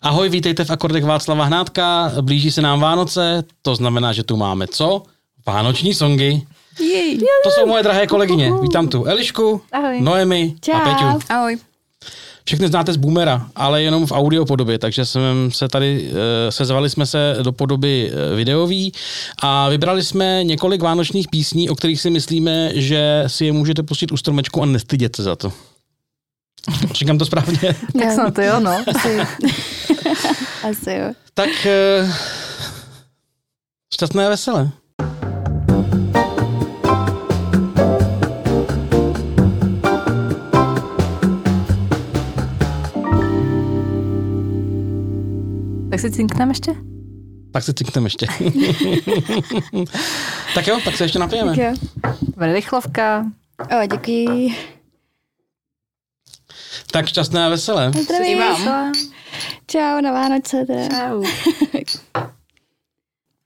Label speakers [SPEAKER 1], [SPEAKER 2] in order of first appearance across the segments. [SPEAKER 1] Ahoj, vítejte v akordech Václava Hnátka, blíží se nám Vánoce, to znamená, že tu máme co? Vánoční songy.
[SPEAKER 2] Jej.
[SPEAKER 1] To jsou moje drahé kolegyně. Vítám tu Elišku,
[SPEAKER 3] Ahoj.
[SPEAKER 1] Noemi a
[SPEAKER 2] Čau.
[SPEAKER 1] Peťu.
[SPEAKER 3] Ahoj.
[SPEAKER 1] Všechny znáte z Boomera, ale jenom v audio podobě, takže jsme se tady eh, sezvali jsme se do podoby eh, videový a vybrali jsme několik vánočních písní, o kterých si myslíme, že si je můžete pustit u stromečku a nestydět se za to. Říkám to správně.
[SPEAKER 3] Tak
[SPEAKER 2] Jo.
[SPEAKER 3] snad jo, no.
[SPEAKER 2] Asi, asi jo.
[SPEAKER 1] Tak eh, šťastné a veselé.
[SPEAKER 3] Tak si cinkneme ještě?
[SPEAKER 1] Tak se cinkneme ještě. tak jo, tak se ještě napijeme.
[SPEAKER 2] Tak jo.
[SPEAKER 3] Dobré, rychlovka.
[SPEAKER 2] O, děkuji.
[SPEAKER 1] Tak šťastné a veselé.
[SPEAKER 2] Zdravím. Čau na Vánoce teda.
[SPEAKER 3] Čau.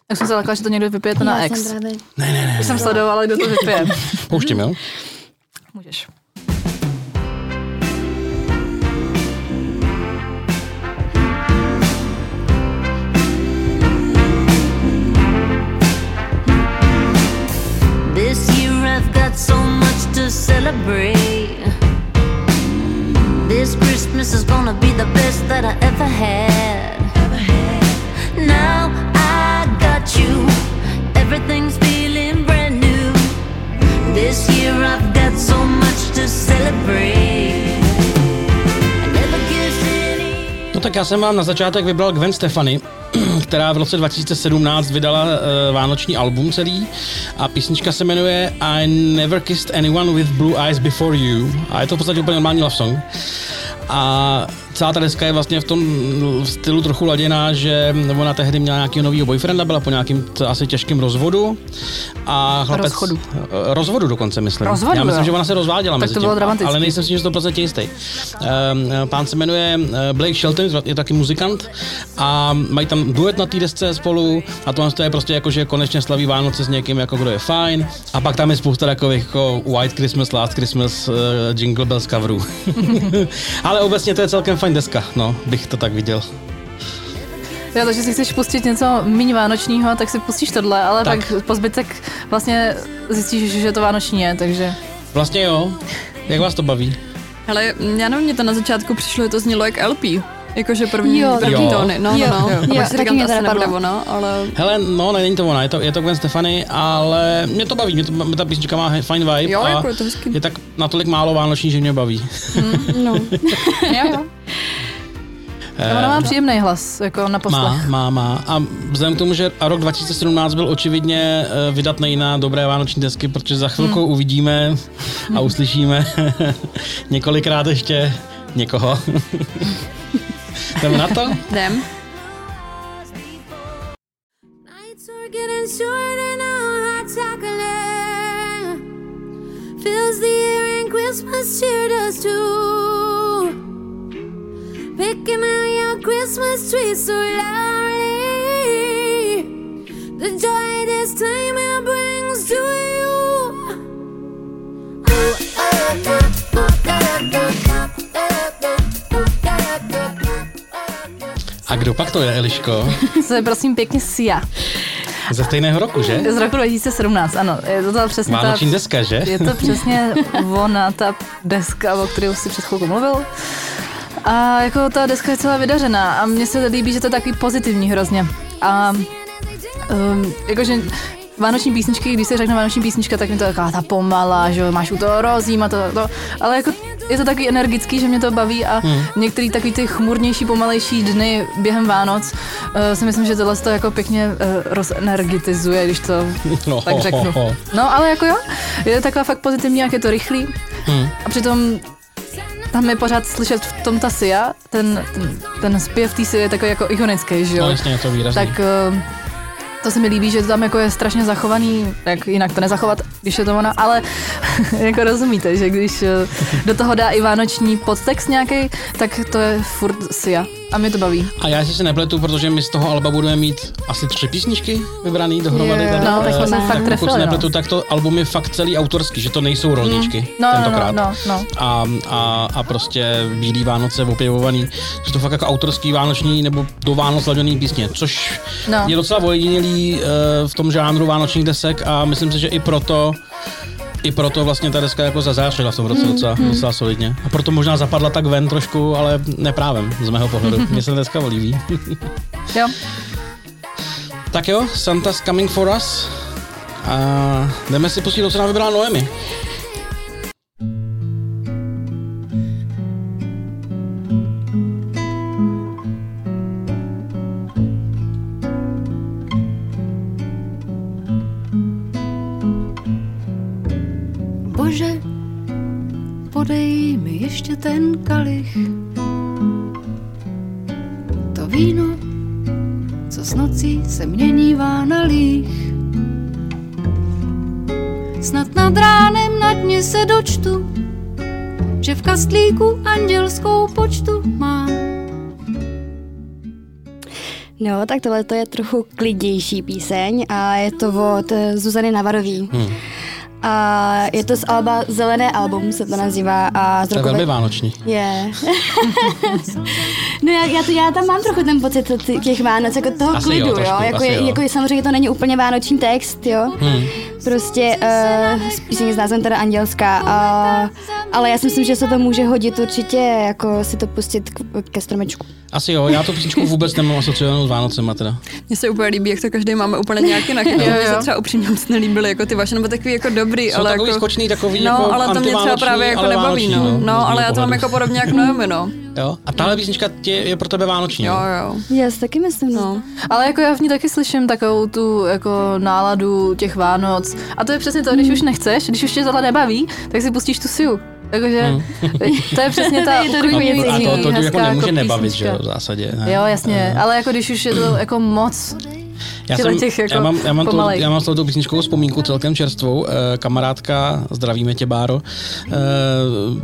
[SPEAKER 3] Tak jsem se lekla, že to někdo vypije to na
[SPEAKER 2] Já
[SPEAKER 3] ex.
[SPEAKER 2] Jsem právě...
[SPEAKER 1] Ne, ne, ne.
[SPEAKER 3] Už jsem sledovala, kdo to vypije.
[SPEAKER 1] Pouštím, jo?
[SPEAKER 3] Můžeš.
[SPEAKER 4] This year I've got so much to celebrate. This Christmas is gonna be the best that I ever had. Now I got you, everything's feeling brand new. This year I've got so much to celebrate. I never kissed any.
[SPEAKER 1] No tak já jsem vám na začátek vybral Gwen Stefani, která v roce 2017 vydala uh, vánoční album celý a písnička se jmenuje I Never Kissed Anyone With Blue Eyes Before You a je to v podstatě úplně normální love song. A celá ta deska je vlastně v tom stylu trochu laděná, že ona tehdy měla nějakého nového boyfrienda, byla po nějakým t- asi těžkém rozvodu a chlapec...
[SPEAKER 3] Rozchodu.
[SPEAKER 1] Eh, Rozvodu dokonce, myslím.
[SPEAKER 3] Rozvodu,
[SPEAKER 1] Já myslím,
[SPEAKER 3] jo.
[SPEAKER 1] že ona se rozváděla
[SPEAKER 3] Tak
[SPEAKER 1] mezi
[SPEAKER 3] to bylo
[SPEAKER 1] tím,
[SPEAKER 3] dramatický.
[SPEAKER 1] Ale nejsem si že to prostě jistý. Ehm, eh, Pán se jmenuje eh, Blake Shelton, je taky muzikant a mají tam duet na té desce spolu a tohle to je prostě jako, že konečně slaví Vánoce s někým, jako kdo je fajn. A pak tam je spousta takových jako White Christmas, Last Christmas, eh, Jingle Bells coverů. Ale obecně to je celkem fajn deska, no, bych to tak viděl.
[SPEAKER 3] Jo, takže si chceš pustit něco méně vánočního, tak si pustíš tohle, ale
[SPEAKER 1] Tak.
[SPEAKER 3] tak. pak po zbytek vlastně zjistíš, že to vánoční je, takže...
[SPEAKER 1] Vlastně jo, jak vás to baví?
[SPEAKER 5] Hele, já nevím, mě to na začátku přišlo, že to znělo jak LP. Jakože první,
[SPEAKER 2] Jo,
[SPEAKER 5] první
[SPEAKER 1] Jo.
[SPEAKER 5] tóny. No,
[SPEAKER 2] Jo,
[SPEAKER 5] no, no.
[SPEAKER 2] jo.
[SPEAKER 5] A
[SPEAKER 2] Jo,
[SPEAKER 5] pak si
[SPEAKER 2] taky
[SPEAKER 5] říkám,
[SPEAKER 2] mě
[SPEAKER 5] to
[SPEAKER 2] to
[SPEAKER 5] asi nebude
[SPEAKER 2] napadlo.
[SPEAKER 5] ono, ale...
[SPEAKER 1] Hele, no, není to ona, je to, je to Gwen Stefani, ale mě to baví, mě to, ta písnička má he- fajn vibe
[SPEAKER 5] Jo,
[SPEAKER 1] a
[SPEAKER 5] jako je to hezký.
[SPEAKER 1] je tak natolik málo vánoční, že mě baví.
[SPEAKER 2] No.
[SPEAKER 5] Jo, jo.
[SPEAKER 3] A ona má příjemný hlas, jako na poslech.
[SPEAKER 1] Má, má, má. A vzhledem k tomu, že a rok 2017 byl očividně eh, vydatný na dobré vánoční desky, protože za chvilku uvidíme a uslyšíme několikrát ještě někoho. Jdeme na to?
[SPEAKER 5] Jdem.
[SPEAKER 4] Nights are getting shorter now, hot chocolate fills the air and Christmas cheer does too. Picking out your Christmas tree so loudly, the joy this time it brings to you.
[SPEAKER 1] A kdo pak to je, Eliško?
[SPEAKER 3] To je prosím pěkně Sia.
[SPEAKER 1] Ze stejného roku, že?
[SPEAKER 3] Z roku 2017, ano. Je to ta přesně ta...
[SPEAKER 1] Vánoční deska, že?
[SPEAKER 3] Je to přesně ona, ta deska, o které už si před chvilkou mluvil. A jako ta deska je celá vydařená a mně se líbí, že to je takový pozitivní hrozně. A um, jakože vánoční písničky, když se řekne vánoční písnička, tak mi to je taková ta pomala, že jo, máš u toho rozím a to, to ale jako je to takový energický, že mě to baví a hmm. některý takový ty chmurnější, pomalejší dny během Vánoc uh, si myslím, že tohle to jako pěkně uh, rozenergitizuje, když to
[SPEAKER 1] No,
[SPEAKER 3] tak řeknu.
[SPEAKER 1] ho, ho.
[SPEAKER 3] No, ale jako jo, je taková fakt pozitivní, jak je to rychlý. Hmm. A přitom tam je pořád slyšet v tom ta Sia, ten, ten, ten zpěv té Sia je takový jako ikonický, že jo?
[SPEAKER 1] No jasně, je to výrazný.
[SPEAKER 3] tak eh, to se mi líbí, že to tam jako je strašně zachovaný, jak jinak to nezachovat, když je to ona, ale jako rozumíte, že když eh, do toho dá i vánoční podtext nějaký, tak to je furt sia. A mě to baví.
[SPEAKER 1] A já jestli se nepletu, protože my z toho alba budeme mít asi tři písničky vybraný dohromady.
[SPEAKER 2] Jo,
[SPEAKER 1] tady,
[SPEAKER 3] No, tak
[SPEAKER 1] eh,
[SPEAKER 3] jsme se fakt
[SPEAKER 1] pokud se
[SPEAKER 3] trefili, no.
[SPEAKER 1] nepletu, tak to album je fakt celý autorský, že to nejsou rolničky
[SPEAKER 3] No, no, no,
[SPEAKER 1] tentokrát.
[SPEAKER 3] no, no.
[SPEAKER 1] A, a, a, prostě Bílý Vánoce opěvovaný, že to fakt jako autorský vánoční nebo do Vánoc sladěný písně, což no.
[SPEAKER 3] No.
[SPEAKER 1] je docela ojedinělý eh, v tom žánru vánočních desek a myslím si, že i proto i proto vlastně ta deska jako zazářila v tom
[SPEAKER 3] Mm,
[SPEAKER 1] roce docela, docela solidně. A proto možná zapadla tak ven trošku, ale neprávem z mého pohledu. Mně se ta deska líbí.
[SPEAKER 3] Jo.
[SPEAKER 1] Tak jo, Santa's coming for us. A jdeme si pustit, co nám vybrala Noemi.
[SPEAKER 6] Bože, podej mi ještě ten kalich. To víno, co s nocí se měnívá na líh. Snad nad ránem na dně se dočtu, že v kastlíku andělskou počtu mám.
[SPEAKER 2] No, tak tohle to je trochu klidnější píseň a je to od eh, Zuzany Navarový. Hmm. A je to z Alba Zelené album, se to nazývá. A z
[SPEAKER 1] To je
[SPEAKER 2] roku
[SPEAKER 1] velmi vánoční.
[SPEAKER 2] Je. no já, já, to, já tam mám trochu ten pocit t- těch Vánoc, jako toho
[SPEAKER 1] Asi jo,
[SPEAKER 2] klidu, jo.
[SPEAKER 1] trošku,
[SPEAKER 2] Jako,
[SPEAKER 1] asi
[SPEAKER 2] je,
[SPEAKER 1] jo.
[SPEAKER 2] jako je- samozřejmě to není úplně vánoční text, jo.
[SPEAKER 1] Hmm.
[SPEAKER 2] Prostě uh, píseň s názvem teda Andělská, uh, ale já si myslím, že se to může hodit určitě, jako si to pustit k, ke stromečku.
[SPEAKER 1] Asi jo, já tu písničku vůbec nemám asociovanou s Vánocema teda.
[SPEAKER 7] Mně se úplně líbí, jak to každý máme úplně nějak jinak. Mně
[SPEAKER 3] Jo,
[SPEAKER 7] se
[SPEAKER 3] jo.
[SPEAKER 7] třeba upřímně moc nelíbily jako ty vaše, nebo takový jako dobrý,
[SPEAKER 1] Jsou
[SPEAKER 7] ale
[SPEAKER 1] takový
[SPEAKER 7] jako...
[SPEAKER 1] skočný, takový
[SPEAKER 7] No,
[SPEAKER 1] jako
[SPEAKER 7] ale to mě třeba
[SPEAKER 1] antivánoční,
[SPEAKER 7] právě jako
[SPEAKER 1] ale
[SPEAKER 7] nebaví,
[SPEAKER 1] vánoční,
[SPEAKER 7] no. No,
[SPEAKER 1] z mého
[SPEAKER 7] ale já to mám
[SPEAKER 1] pohledu.
[SPEAKER 7] jako podobně jak Noemi, no.
[SPEAKER 1] Jo? A tahle písnička tě, je pro tebe vánoční. no.
[SPEAKER 7] Jo,
[SPEAKER 1] jo?
[SPEAKER 7] jo,
[SPEAKER 2] Já si taky myslím,
[SPEAKER 7] no.
[SPEAKER 3] Ale jako já v ní taky slyším takovou tu jako náladu těch Vánoc. A to je přesně to, když už nechceš, když už tě tohle nebaví, tak si pustíš tu siu. Takže to je přesně ta
[SPEAKER 2] Je to
[SPEAKER 3] uklidňující,
[SPEAKER 2] takový
[SPEAKER 1] Hmm. A to, to tě jako
[SPEAKER 3] hezká
[SPEAKER 1] nemůže nebavit, že
[SPEAKER 3] písnička.
[SPEAKER 1] jo, Eh. v zásadě. Ne?
[SPEAKER 3] Jo, jasně, ale jako když už je to jako moc,
[SPEAKER 1] Já,
[SPEAKER 3] těchto těch jako
[SPEAKER 1] já mám, já mám, tu,
[SPEAKER 3] pomalej.
[SPEAKER 1] já mám s touto písničkou vzpomínku celkem čerstvou. Eh, kamarádka, zdravíme tě, Báro, eh,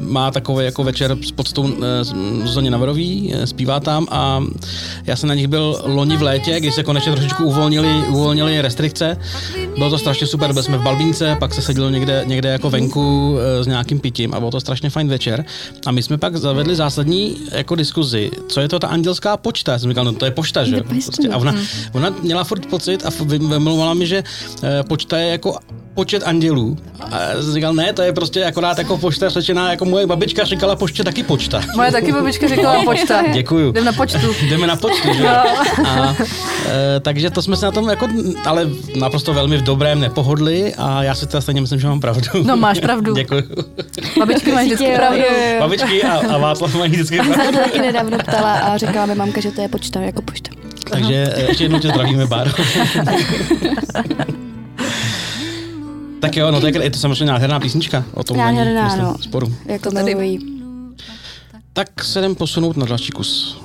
[SPEAKER 1] má takový jako večer s podstou eh, s- m, Zuzaně Navarový, eh, zpívá tam a já jsem na nich byl loni v létě, když se konečně trošičku uvolnili, uvolnili restrikce. Bylo to strašně super, byli jsme v Balbínce, pak se sedělo někde, někde jako venku eh, s nějakým pitím a bylo to strašně fajn večer. A my jsme pak zavedli zásadní jako diskuzi, co je to ta andělská počta. Já jsem říkal, no to je pošta, že jo? Prostě. A
[SPEAKER 3] Mhm.
[SPEAKER 1] ona, ona měla furt pocit a f- vy- vymlouvala mi, že eh, počta je jako počet andělů. A já jsem říkal, ne, to je prostě akorát jako pošta řečená, jako moje babička říkala poště taky počta.
[SPEAKER 3] moje taky babička říkala počta.
[SPEAKER 1] Děkuju.
[SPEAKER 3] Jdem na počtu.
[SPEAKER 1] Jdeme na počtu, že? jo? A, e, takže to jsme se na tom jako, ale naprosto velmi v dobrém nepohodli a já si teda stejně myslím, že mám pravdu.
[SPEAKER 3] No, máš pravdu.
[SPEAKER 1] Děkuji.
[SPEAKER 3] Babičky mají vždycky
[SPEAKER 2] Jo,
[SPEAKER 3] pravdu.
[SPEAKER 2] jo, jo.
[SPEAKER 1] Babičky a, a Václav mají vždycky
[SPEAKER 2] Já
[SPEAKER 1] pravdu.
[SPEAKER 2] se to taky nedávno ptala a říkala mi mamka, že to je počta, jako pošta.
[SPEAKER 1] Takže e, ještě jednou tě zdravíme, Báro. tak jo, no to je, je to samozřejmě nádherná písnička. O tom
[SPEAKER 2] Nádherná,
[SPEAKER 1] není, myslím,
[SPEAKER 2] no.
[SPEAKER 1] sporu.
[SPEAKER 2] Jako to
[SPEAKER 7] tady-
[SPEAKER 2] milují.
[SPEAKER 1] Tak se jdem posunout na další kus.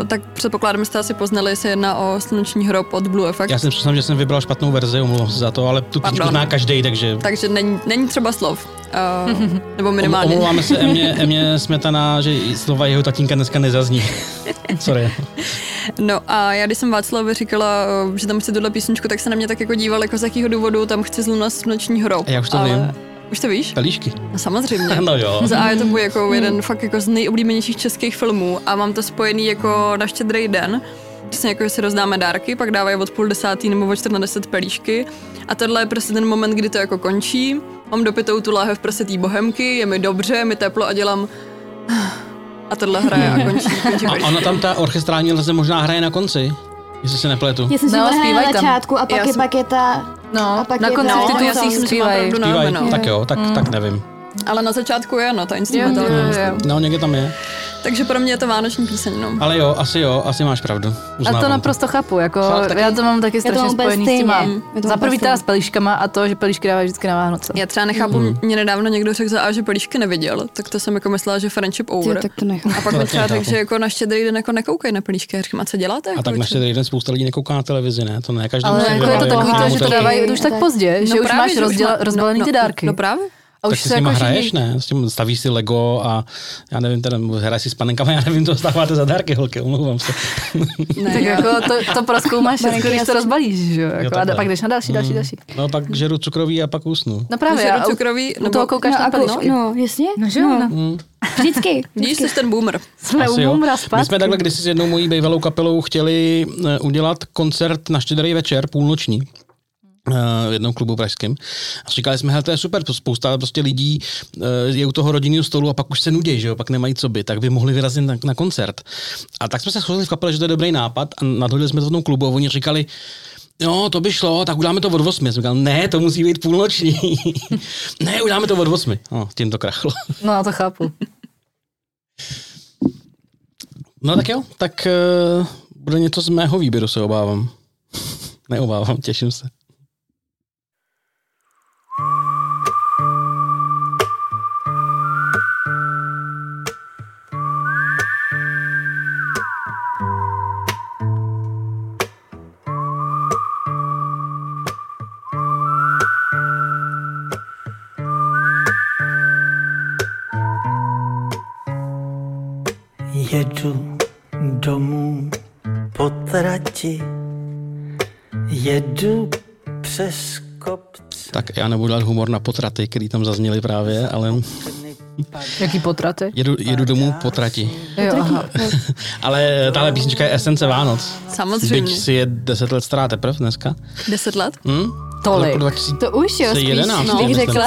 [SPEAKER 7] Uh, tak předpokládám, že jste asi poznali, se jedná o sluneční hrob od Blue Effect.
[SPEAKER 1] Já jsem přesně, že jsem vybral špatnou verzi, omlouvám se za to, ale tu písničku
[SPEAKER 7] Pardon.
[SPEAKER 1] zná každý, takže
[SPEAKER 7] Takže není, není třeba slov. Uh, nebo
[SPEAKER 1] Om-
[SPEAKER 7] minimálně.
[SPEAKER 1] Omlouváme se Emě, Emě Smetana, že i slova jeho tatínka dneska nezazní. Sorry.
[SPEAKER 7] No a já když jsem Václavovi říkala, eh, že tam chci tuhle písničku, tak se na mě tak jako díval, jako z jakého důvodu tam chci zluna sluneční hrob.
[SPEAKER 1] A já už to vím.
[SPEAKER 7] Už to víš?
[SPEAKER 1] Pelíšky.
[SPEAKER 7] No, samozřejmě.
[SPEAKER 1] No jo.
[SPEAKER 7] Za A je to můj jako jeden fakt jako z nejoblíbenějších českých filmů a mám to spojený jako na štědrý den. Přesně jako, že si rozdáme dárky, pak dávají od půl desátý nebo od čtvrt na deset pelíšky. A tohle je prostě ten moment, kdy to jako končí. Mám dopitou tu láhev prostě té bohemky, je mi dobře, je mi teplo a dělám... a tohle hraje a končí. končí
[SPEAKER 1] A ona tam, ta orchestrální leze možná hraje na konci, jestli se nepletu.
[SPEAKER 2] Já jsem si
[SPEAKER 3] No,
[SPEAKER 2] no, na
[SPEAKER 3] zpívaj tam.
[SPEAKER 2] začátku a pak,
[SPEAKER 7] Já
[SPEAKER 2] je,
[SPEAKER 7] jsem-
[SPEAKER 2] pak je ta...
[SPEAKER 3] No,
[SPEAKER 2] a pak
[SPEAKER 3] na
[SPEAKER 2] je
[SPEAKER 3] konci
[SPEAKER 2] ta-
[SPEAKER 3] vždycky
[SPEAKER 7] No,
[SPEAKER 3] tu
[SPEAKER 7] já si
[SPEAKER 3] myslím,
[SPEAKER 7] myslím, že má
[SPEAKER 3] zpívaj.
[SPEAKER 7] pravdu na
[SPEAKER 1] Zpívají,
[SPEAKER 7] hovno.
[SPEAKER 1] tak jo, tak, tak nevím.
[SPEAKER 7] Ale na začátku je, no, ta
[SPEAKER 3] Jo, jo,
[SPEAKER 7] instrumentální.
[SPEAKER 3] jo.
[SPEAKER 1] No, někde tam je.
[SPEAKER 7] Takže pro mě je to vánoční píseň, no.
[SPEAKER 1] Ale jo, asi jo, asi máš pravdu.
[SPEAKER 3] A
[SPEAKER 1] Uznávám
[SPEAKER 3] to naprosto chápu, jako
[SPEAKER 1] Fakt taky?
[SPEAKER 3] já to mám taky
[SPEAKER 2] tomu
[SPEAKER 3] strašně
[SPEAKER 2] úplně
[SPEAKER 3] spojený s těma.
[SPEAKER 2] stejně. Je to
[SPEAKER 3] Za
[SPEAKER 2] úplně
[SPEAKER 3] prvý teda s
[SPEAKER 2] stejně.
[SPEAKER 3] pelíškama a to, že pelíšky dávají vždycky na Vánoce.
[SPEAKER 7] Já třeba nechápu, hmm. mě nedávno někdo řekl, za A, že pelíšky neviděl, tak to jsem jako myslela, že friendship
[SPEAKER 2] Ty,
[SPEAKER 7] over.
[SPEAKER 2] tak to nechám.
[SPEAKER 7] A pak mi
[SPEAKER 1] taky
[SPEAKER 7] třeba tak,
[SPEAKER 1] nechápu.
[SPEAKER 7] že jako na štědrý den jako nekoukej na pelíšky. Já říkám, a co děláte?
[SPEAKER 1] A
[SPEAKER 7] jako,
[SPEAKER 1] tak na
[SPEAKER 7] že-
[SPEAKER 1] štědrý den spousta lidí nekouká na televizi, ne? To ne, každý
[SPEAKER 3] Ale
[SPEAKER 1] musí
[SPEAKER 3] jako je to
[SPEAKER 1] vyrábět
[SPEAKER 3] takový
[SPEAKER 1] nějakou
[SPEAKER 3] to, že to
[SPEAKER 1] hotelku.
[SPEAKER 3] dávají už tak
[SPEAKER 2] Tak-
[SPEAKER 3] pozdě, že už
[SPEAKER 7] No právě,
[SPEAKER 3] máš rozděla-
[SPEAKER 7] má-
[SPEAKER 3] rozbalený
[SPEAKER 7] no,
[SPEAKER 3] ty
[SPEAKER 7] no,
[SPEAKER 3] dárky.
[SPEAKER 7] No právě.
[SPEAKER 3] A
[SPEAKER 1] tak
[SPEAKER 3] už
[SPEAKER 1] si
[SPEAKER 3] se
[SPEAKER 1] s nima
[SPEAKER 3] jako
[SPEAKER 1] hraješ,
[SPEAKER 3] všichni-
[SPEAKER 1] ne? S tím stavíš si Lego a já nevím, teda hraje si s panenkama, já nevím, to stáváte za dárky, holky, omlouvám se.
[SPEAKER 7] Ne,
[SPEAKER 3] Tak jako to, to proskoumáš,
[SPEAKER 2] Baranky
[SPEAKER 3] všechno, když to
[SPEAKER 2] jasky.
[SPEAKER 3] rozbalíš, že jo? Jako, a
[SPEAKER 1] takhle.
[SPEAKER 3] pak jdeš na další, další,
[SPEAKER 1] Mm.
[SPEAKER 3] další.
[SPEAKER 1] No pak žeru cukroví a pak usnu.
[SPEAKER 3] No právě,
[SPEAKER 7] Žeru
[SPEAKER 3] a u-
[SPEAKER 7] cukroví,
[SPEAKER 3] u
[SPEAKER 7] nebo-
[SPEAKER 3] toho koukáš
[SPEAKER 2] no,
[SPEAKER 3] na
[SPEAKER 2] a kou-
[SPEAKER 3] pelíšky.
[SPEAKER 2] no, jasně.
[SPEAKER 3] No, že jo, no.
[SPEAKER 1] Mm.
[SPEAKER 2] Vždycky.
[SPEAKER 7] Vidíš, jsi ten boomer.
[SPEAKER 3] Jsme
[SPEAKER 1] Asi
[SPEAKER 3] u
[SPEAKER 1] jo.
[SPEAKER 3] Mumra
[SPEAKER 1] My jsme
[SPEAKER 3] zpátky.
[SPEAKER 1] takhle kdysi s jednou mojí bývalou kapelou chtěli eh, udělat koncert na štědrý večer, půlnoční eh, v jednom klubu pražským. A říkali jsme, hele, to je super, to spousta prostě lidí eh, je u toho rodinného stolu a pak už se nudí, že jo, pak nemají co by, tak by mohli vyrazit na, na koncert. A tak jsme se shodli v kapele, že to je dobrý nápad a nadhodili jsme to v tom klubu a oni říkali, No, to by šlo, tak uděláme to od 8. Jsem říkal, ne, to musí být půlnoční. ne, uděláme to od 8. No, tím to krachlo.
[SPEAKER 3] No, to chápu.
[SPEAKER 1] No tak jo, tak uh, bude něco z mého výběru, se obávám. Neobávám, těším se.
[SPEAKER 8] Jedu domů po trati, jedu přes kopce.
[SPEAKER 1] Tak já nebudu dát humor na potraty, který tam zazněly právě, ale
[SPEAKER 3] Jaký potraty?
[SPEAKER 1] jedu, jedu domů po trati.
[SPEAKER 3] Jo, aha.
[SPEAKER 1] Ale eh, tahle písnička je esence Vánoc.
[SPEAKER 7] Samozřejmě.
[SPEAKER 1] Byť si je 10 let stará teprve dneska.
[SPEAKER 7] Deset let?
[SPEAKER 1] Hm? Z
[SPEAKER 3] Tolik.
[SPEAKER 1] roku 2000.
[SPEAKER 2] To už jo,
[SPEAKER 1] Se
[SPEAKER 2] spíš,
[SPEAKER 1] jedenáct,
[SPEAKER 2] no, bych
[SPEAKER 1] myslím.
[SPEAKER 2] řekla.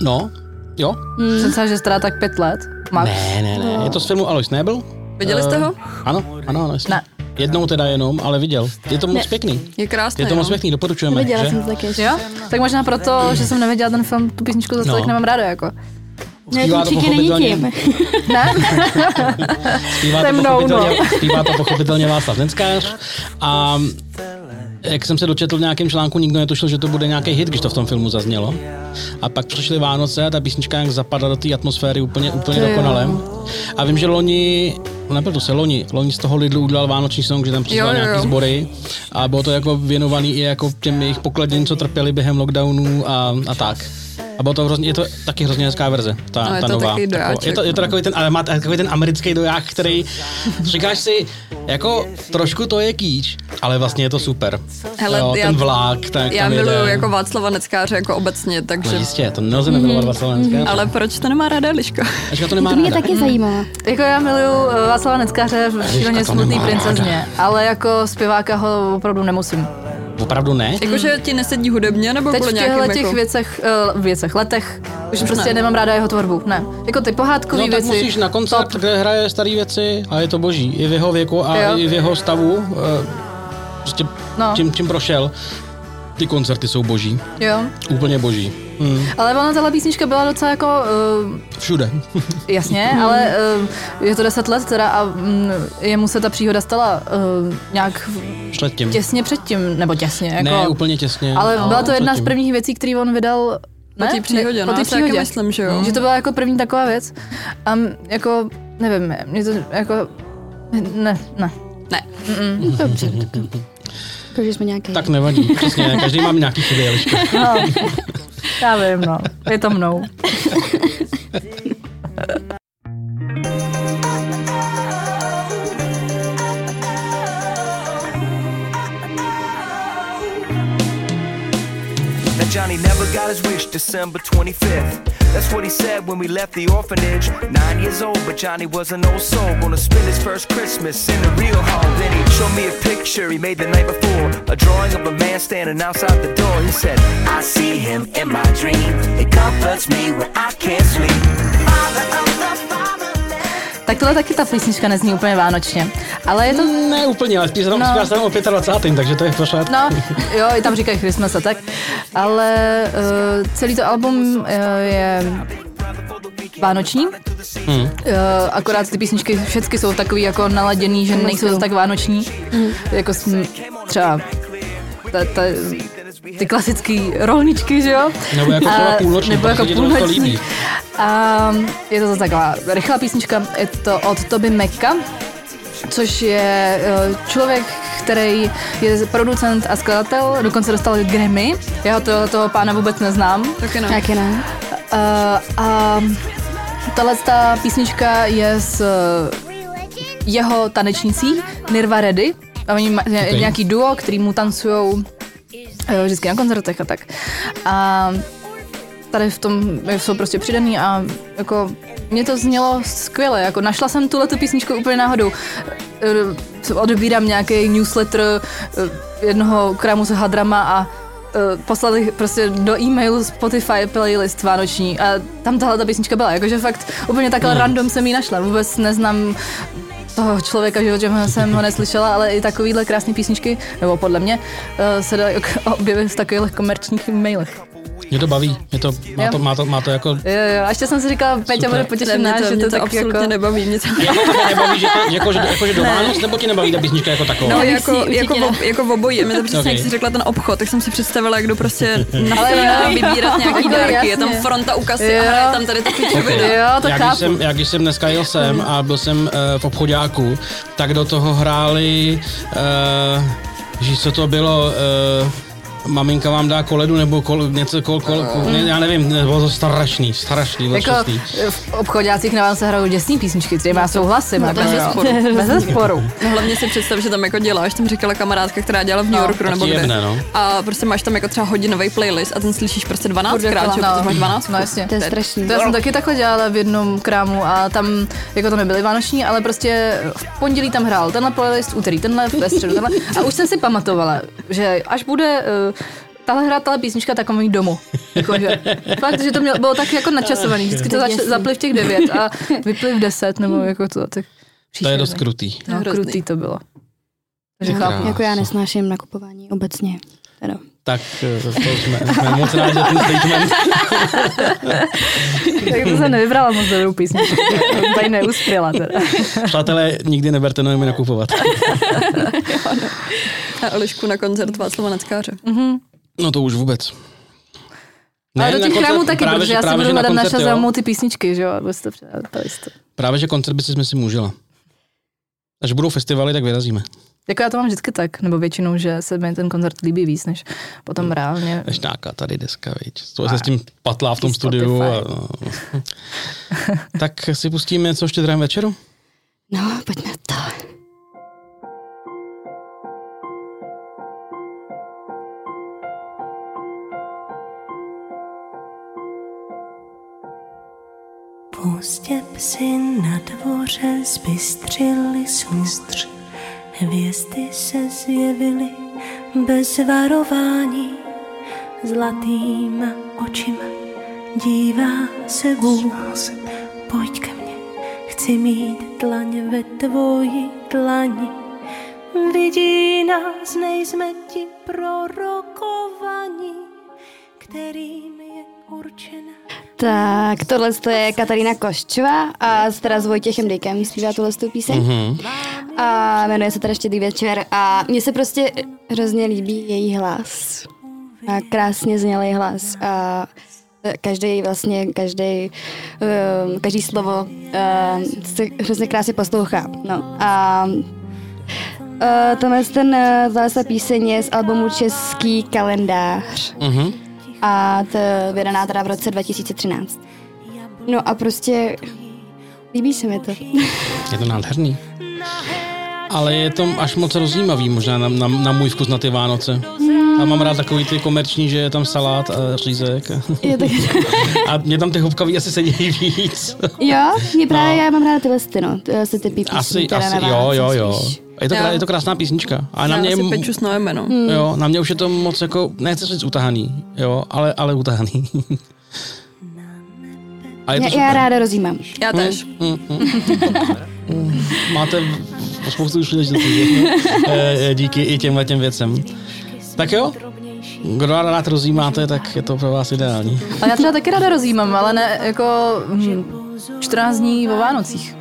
[SPEAKER 1] No, jo.
[SPEAKER 3] Jsem se, že stará tak pět let. Max.
[SPEAKER 1] Ne, ne, ne. Je to z filmu Alois Nebel? Eh,
[SPEAKER 7] Viděli jste ho?
[SPEAKER 1] Ano, ano, ano. Jestli.
[SPEAKER 3] Ne.
[SPEAKER 1] Jednou teda jenom, ale viděl. Je to moc pěkný.
[SPEAKER 7] Je krásný.
[SPEAKER 1] Je to
[SPEAKER 7] no.
[SPEAKER 1] moc pěkný, doporučujeme.
[SPEAKER 2] Viděla
[SPEAKER 1] že?
[SPEAKER 2] jsem to taky ještě.
[SPEAKER 3] Jo? Tak možná proto, že jsem nevěděla ten film, tu písničku zase
[SPEAKER 1] No.
[SPEAKER 3] no. tak nemám ráda, jako.
[SPEAKER 2] Ne,
[SPEAKER 1] Zpívá
[SPEAKER 2] ten
[SPEAKER 1] to
[SPEAKER 2] Číky není
[SPEAKER 1] pochopitelně.
[SPEAKER 2] tím.
[SPEAKER 3] Ne?
[SPEAKER 1] Zpívá
[SPEAKER 3] Se
[SPEAKER 1] to,
[SPEAKER 3] mnou,
[SPEAKER 1] pochopitelně, zpívá to pochopitelně Václav Neckář a jak jsem se dočetl v nějakém článku, nikdo netušil, že to bude nějaký hit, když to v tom filmu zaznělo. A pak přišly Vánoce a ta písnička jak zapadla do té atmosféry úplně, úplně dokonale. A vím, že loni, nebyl to se loni, loni z toho Lidlu udělal vánoční song, že tam přizval
[SPEAKER 7] Jo, jo, jo.
[SPEAKER 1] nějaký sbory a bylo to jako věnovaný i jako těm jejich pokladním, co trpěli během lockdownů a, a tak. A bylo to hrozně, je to taky hrozně hezká verze, ta,
[SPEAKER 7] No, je
[SPEAKER 1] ta
[SPEAKER 7] to
[SPEAKER 1] nová.
[SPEAKER 7] takový
[SPEAKER 1] Jako- je,
[SPEAKER 7] dojáček,
[SPEAKER 1] to, je to
[SPEAKER 7] no.
[SPEAKER 1] takový ten, ale má takový ten americký doják, který říkáš si, jako trošku to je kýč, ale vlastně je to super.
[SPEAKER 7] Hele,
[SPEAKER 1] jo,
[SPEAKER 7] já-
[SPEAKER 1] ten vlák, tak
[SPEAKER 7] Já
[SPEAKER 1] tam
[SPEAKER 7] miluju
[SPEAKER 1] jede.
[SPEAKER 7] jako Václava Neckáře jako obecně, takže...
[SPEAKER 1] No jistě, to nelze
[SPEAKER 3] Mhm.
[SPEAKER 1] nemilovat Václava Neckáře.
[SPEAKER 7] Ale proč to nemá ráda Eliška?
[SPEAKER 1] Eliška to nemá
[SPEAKER 2] To mě
[SPEAKER 1] ráda.
[SPEAKER 2] taky zajímá.
[SPEAKER 3] Jako já miluju eh, Václava Neckáře v šíleně
[SPEAKER 1] to
[SPEAKER 3] smutný
[SPEAKER 1] nemá
[SPEAKER 3] princezně, ale jako zpěváka ho opravdu nemusím.
[SPEAKER 1] Opravdu ne?
[SPEAKER 7] Jakože Jako, ti nesedí hudebně, nebo
[SPEAKER 3] Teď
[SPEAKER 7] kvůli
[SPEAKER 3] v
[SPEAKER 7] nějakým
[SPEAKER 3] těchto
[SPEAKER 7] jako...
[SPEAKER 3] těch věcech, eh, věcech, letech, už prostě
[SPEAKER 7] ne.
[SPEAKER 3] nemám ráda jeho tvorbu, ne. Jako ty pohádkové
[SPEAKER 1] No tak
[SPEAKER 3] věci.
[SPEAKER 1] musíš na koncert,
[SPEAKER 3] top.
[SPEAKER 1] kde hraje staré věci a je to boží. I v jeho věku a
[SPEAKER 3] Jo.
[SPEAKER 1] i v jeho stavu. eh, Prostě
[SPEAKER 3] No.
[SPEAKER 1] čím, čím prošel. Ty koncerty jsou boží.
[SPEAKER 3] Jo.
[SPEAKER 1] Úplně boží. Mm,
[SPEAKER 3] Ale ona tahle písnička byla docela jako, eh,
[SPEAKER 1] všude.
[SPEAKER 3] jasně,
[SPEAKER 1] Hmm.
[SPEAKER 3] ale eh, je to deset let teda a mm, jemu se ta příhoda stala eh, nějak
[SPEAKER 1] Před tím.
[SPEAKER 3] těsně předtím, nebo těsně, jako.
[SPEAKER 1] Ne, úplně těsně.
[SPEAKER 3] Ale
[SPEAKER 1] No,
[SPEAKER 3] byla to jedna z
[SPEAKER 1] předtím.
[SPEAKER 3] prvních věcí, které on vydal
[SPEAKER 7] Po té příhodě,
[SPEAKER 3] po
[SPEAKER 7] no,
[SPEAKER 3] té
[SPEAKER 7] já si taky
[SPEAKER 3] příhodě.
[SPEAKER 7] myslím, že jo.
[SPEAKER 3] Že to byla jako první taková věc. A m- jako, nevím, mě to jako, ne, ne.
[SPEAKER 7] Ne.
[SPEAKER 2] Dobře, tak. Takže jsme nějaký.
[SPEAKER 1] Tak nevadí, přesně, každý máme nějaký chyby, Eliško.
[SPEAKER 3] No, já vím, no, je to mnou.
[SPEAKER 9] That Johnny never got his wish December 25th. That's what he said when we left the orphanage. Nine years old, but Johnny was an old soul. Gonna spend his first Christmas in the real home. Then he showed me a picture he made the night before. A drawing of a man standing outside the door. He said, I see him in my dreams. It comforts me when I can't sleep. Father of the fatherless.
[SPEAKER 3] tak tohle taky ta písnička nezní úplně vánočně. Ale je to...
[SPEAKER 1] Ne úplně, ale spíš se tam
[SPEAKER 3] No.
[SPEAKER 1] no. jsem o 25. takže to je pořád.
[SPEAKER 3] No, jo, i tam říkají Christmas a tak. Ale uh, celý to album uh, je vánoční. Hmm. akorát ty písničky všechny jsou takový jako naladěný, že nejsou zase tak vánoční. Jako jsme třeba ta, ta, ty klasický rohničky, že jo?
[SPEAKER 1] Nebo jako třeba
[SPEAKER 3] A-
[SPEAKER 1] půlnoční,
[SPEAKER 3] Nebo jako
[SPEAKER 1] protože dětem to
[SPEAKER 3] půlnoční.
[SPEAKER 1] líbí.
[SPEAKER 3] A je to zase taková rychlá písnička, je to od Toby Mecka, což je eh, člověk, který je producent a skladatel, dokonce dostal Grammy. Já ho toho, toho pána vůbec neznám.
[SPEAKER 7] Taky ne.
[SPEAKER 2] Taky ne.
[SPEAKER 3] Eh, a tahle ta písnička je s eh, jeho tanečnicí Nirva Reddy. A oni mají
[SPEAKER 1] Ok.
[SPEAKER 3] nějaký duo, který mu tancují eh, vždycky na koncertech a tak. A tady v tom jsou prostě přidaný a jako mě to znělo skvěle, jako našla jsem tuhle tu písničku úplně náhodou. Eh, Odebírám nějaký newsletter eh, jednoho krámu s hadrama a eh, poslali prostě do e-mailu Spotify playlist vánoční a tam tahle ta písnička byla, jakože fakt úplně takhle random jsem ji našla, vůbec neznám toho člověka, že o čem jsem ho neslyšela, ale i takovýhle krásné písničky, nebo podle mě, eh, se dají objevit v takových komerčních mailech.
[SPEAKER 1] Mě to baví, mě to, má,
[SPEAKER 3] Jo.
[SPEAKER 1] to, má, to, má to jako...
[SPEAKER 3] Jo, jo, a ještě jsem si říkala,
[SPEAKER 1] Super.
[SPEAKER 3] Peťa bude
[SPEAKER 7] Ne, mě
[SPEAKER 3] potěšená,
[SPEAKER 7] to,
[SPEAKER 3] že
[SPEAKER 7] mě
[SPEAKER 3] to,
[SPEAKER 7] to,
[SPEAKER 3] tak
[SPEAKER 7] absolutně
[SPEAKER 3] jako...
[SPEAKER 7] nebaví. Mě to...
[SPEAKER 1] Jako to tě nebaví, že to, jako, že, jako, že do Vánoc, nebo ti nebaví ta písnička jako taková?
[SPEAKER 7] No,
[SPEAKER 3] bych
[SPEAKER 7] jako,
[SPEAKER 3] si určitě
[SPEAKER 7] jako,
[SPEAKER 3] ne.
[SPEAKER 7] ob, jako obojí. Mě to přesně,
[SPEAKER 1] Okay.
[SPEAKER 7] jak jsi řekla ten obchod, tak jsem si představila, jak jdu prostě na
[SPEAKER 3] Ale
[SPEAKER 7] strana
[SPEAKER 3] jo,
[SPEAKER 7] vybírat
[SPEAKER 3] jo,
[SPEAKER 7] nějaký
[SPEAKER 3] jo,
[SPEAKER 7] dárky. Je tam
[SPEAKER 3] jasně.
[SPEAKER 7] fronta u kasy
[SPEAKER 3] Jo.
[SPEAKER 7] a hraje tam tady ta píčovina.
[SPEAKER 1] Okay.
[SPEAKER 3] Jo, to
[SPEAKER 1] já,
[SPEAKER 3] chápu.
[SPEAKER 1] když jsem, já když jsem dneska jel sem a byl jsem uh, v obchodáku, tak do toho hráli, uh, že co to bylo, uh, maminka vám dá koledu nebo kol, něco, kol, kol, kol, ne, já nevím, ne, bylo to strašný, strašný, bylo
[SPEAKER 3] Mm. Jako
[SPEAKER 1] šťastný.
[SPEAKER 3] v obchodácích na Vánoce hrajou děsný písničky, které má souhlasím. No,
[SPEAKER 7] to bez sporu.
[SPEAKER 3] Bez sporu.
[SPEAKER 7] No hlavně si představ, že tam jako děláš, tam říkala kamarádka, která dělala v New Yorku
[SPEAKER 1] tak
[SPEAKER 7] nebo
[SPEAKER 1] ti
[SPEAKER 7] kde.
[SPEAKER 1] jebne, no.
[SPEAKER 7] A prostě máš tam jako třeba hodinový playlist a ten slyšíš prostě 12 krát, že? jo,
[SPEAKER 3] No.
[SPEAKER 7] protože máš 12.
[SPEAKER 3] No jasně.
[SPEAKER 2] To je strašný.
[SPEAKER 3] To já jsem taky takhle dělala v jednom krámu a tam, jako to nebyly vánoční, ale prostě v pondělí tam hrál tenhle playlist, úterý tenhle, ve středu tenhle. A už jsem si pamatovala, že až bude uh, tahle hra, tahle písnička, tak mám jít domů. Jakože, fakt, že to mělo, bylo tak jako načasovaný, vždycky to zač, zapli v těch devět a vypli v deset, nebo jako to, tak
[SPEAKER 1] To je
[SPEAKER 3] příšerný.
[SPEAKER 1] dost krutý.
[SPEAKER 3] No,
[SPEAKER 7] Hrozný.
[SPEAKER 3] krutý to bylo.
[SPEAKER 2] No,
[SPEAKER 1] Krásný.
[SPEAKER 2] Jako já nesnáším nakupování obecně. Teda.
[SPEAKER 1] Tak eh, to jsme, jsme moc rádi za ten statement.
[SPEAKER 3] Tak to jsem nevybrala moc dobrou písničku. Tady neuspěla teda.
[SPEAKER 1] Přátelé, nikdy neberte nojmy nakupovat.
[SPEAKER 7] A Elišku na koncert Václava Neckáře.
[SPEAKER 1] No to už vůbec.
[SPEAKER 3] Ale do
[SPEAKER 1] na
[SPEAKER 3] těch
[SPEAKER 1] koncert-
[SPEAKER 3] krámů taky,
[SPEAKER 1] jako právě,
[SPEAKER 3] protože
[SPEAKER 1] že-
[SPEAKER 3] já si
[SPEAKER 1] právě, že
[SPEAKER 3] budu
[SPEAKER 1] na
[SPEAKER 3] hledat
[SPEAKER 1] koncert,
[SPEAKER 3] naše
[SPEAKER 1] jo.
[SPEAKER 3] zamou ty písničky, že jo, a budu si to předávat playlistu.
[SPEAKER 1] Právě, že koncert by si si musela. Až budou festivaly, tak vyrazíme.
[SPEAKER 3] Jako já to mám vždycky tak, nebo většinou, že se mi ten koncert líbí víc, než potom reálně.
[SPEAKER 1] Než nějaká tady deska, viď. To se s tím patlá v tom studiu. A,
[SPEAKER 3] Spotify.
[SPEAKER 1] no. tak si pustíme, co ještě drám večeru?
[SPEAKER 2] No, pojď na to.
[SPEAKER 4] Pozdě psy na dvoře zbystřili smustř. Hvězdy se zjevily bez varování. Zlatýma očima dívá se Bůh. Pojď ke mně, chci mít dlaň ve tvoji dlani. Vidí nás, nejsme ti prorokovaní, kterým je určena
[SPEAKER 2] Tak, tohle je Katarína Koščová a teda s Vojtěchem Dykem zpívá tuhle tu píseň. Mm-hmm. A jmenuje se teda Štědrý večer a mně se prostě hrozně líbí její hlas. A krásně zněl její hlas a eh, každý vlastně, každý, eh, každý slovo eh, se hrozně krásně poslouchá. No a eh, tenhle ten, eh, tahle ta píseň je z albumu Český kalendář
[SPEAKER 1] Mhm.
[SPEAKER 2] a to je vydaná teda v roce 2013. No a prostě líbí se mi to.
[SPEAKER 1] Je to nádherný. Ale je to až moc rozjímavý, možná na, na, na můj vkus na ty Vánoce. A mám rád takový ty komerční, že je tam salát a řízek.
[SPEAKER 2] Je to,
[SPEAKER 1] A mě tam ty hubkavý asi sedí víc.
[SPEAKER 2] jo, mě právě,
[SPEAKER 1] No.
[SPEAKER 2] já mám ráda tyhle ty, no, ty- se ty pípí.
[SPEAKER 1] Asi, asi, jo, jo, jo. A Je to,
[SPEAKER 7] Jo.
[SPEAKER 1] krá, je to krásná písnička. A na
[SPEAKER 7] Já
[SPEAKER 1] mě,
[SPEAKER 7] si peču s Noemi, no.
[SPEAKER 3] Hmm.
[SPEAKER 1] jo, na mě už je to moc jako, nechci říct utahaný, jo, ale, ale utahaný. A je to
[SPEAKER 2] Já,
[SPEAKER 1] super. Hmm.
[SPEAKER 2] já ráda rozjímám.
[SPEAKER 7] Já tež.
[SPEAKER 1] Mm, mm. máte po spoustu příležitostí, že? Eh, Díky i těmhle těm věcem. Tak jo, kdo rád rozjímáte, tak je to pro vás ideální.
[SPEAKER 3] A já třeba taky ráda rozjímám, ale ne jako hm, 14 dní o Vánocích.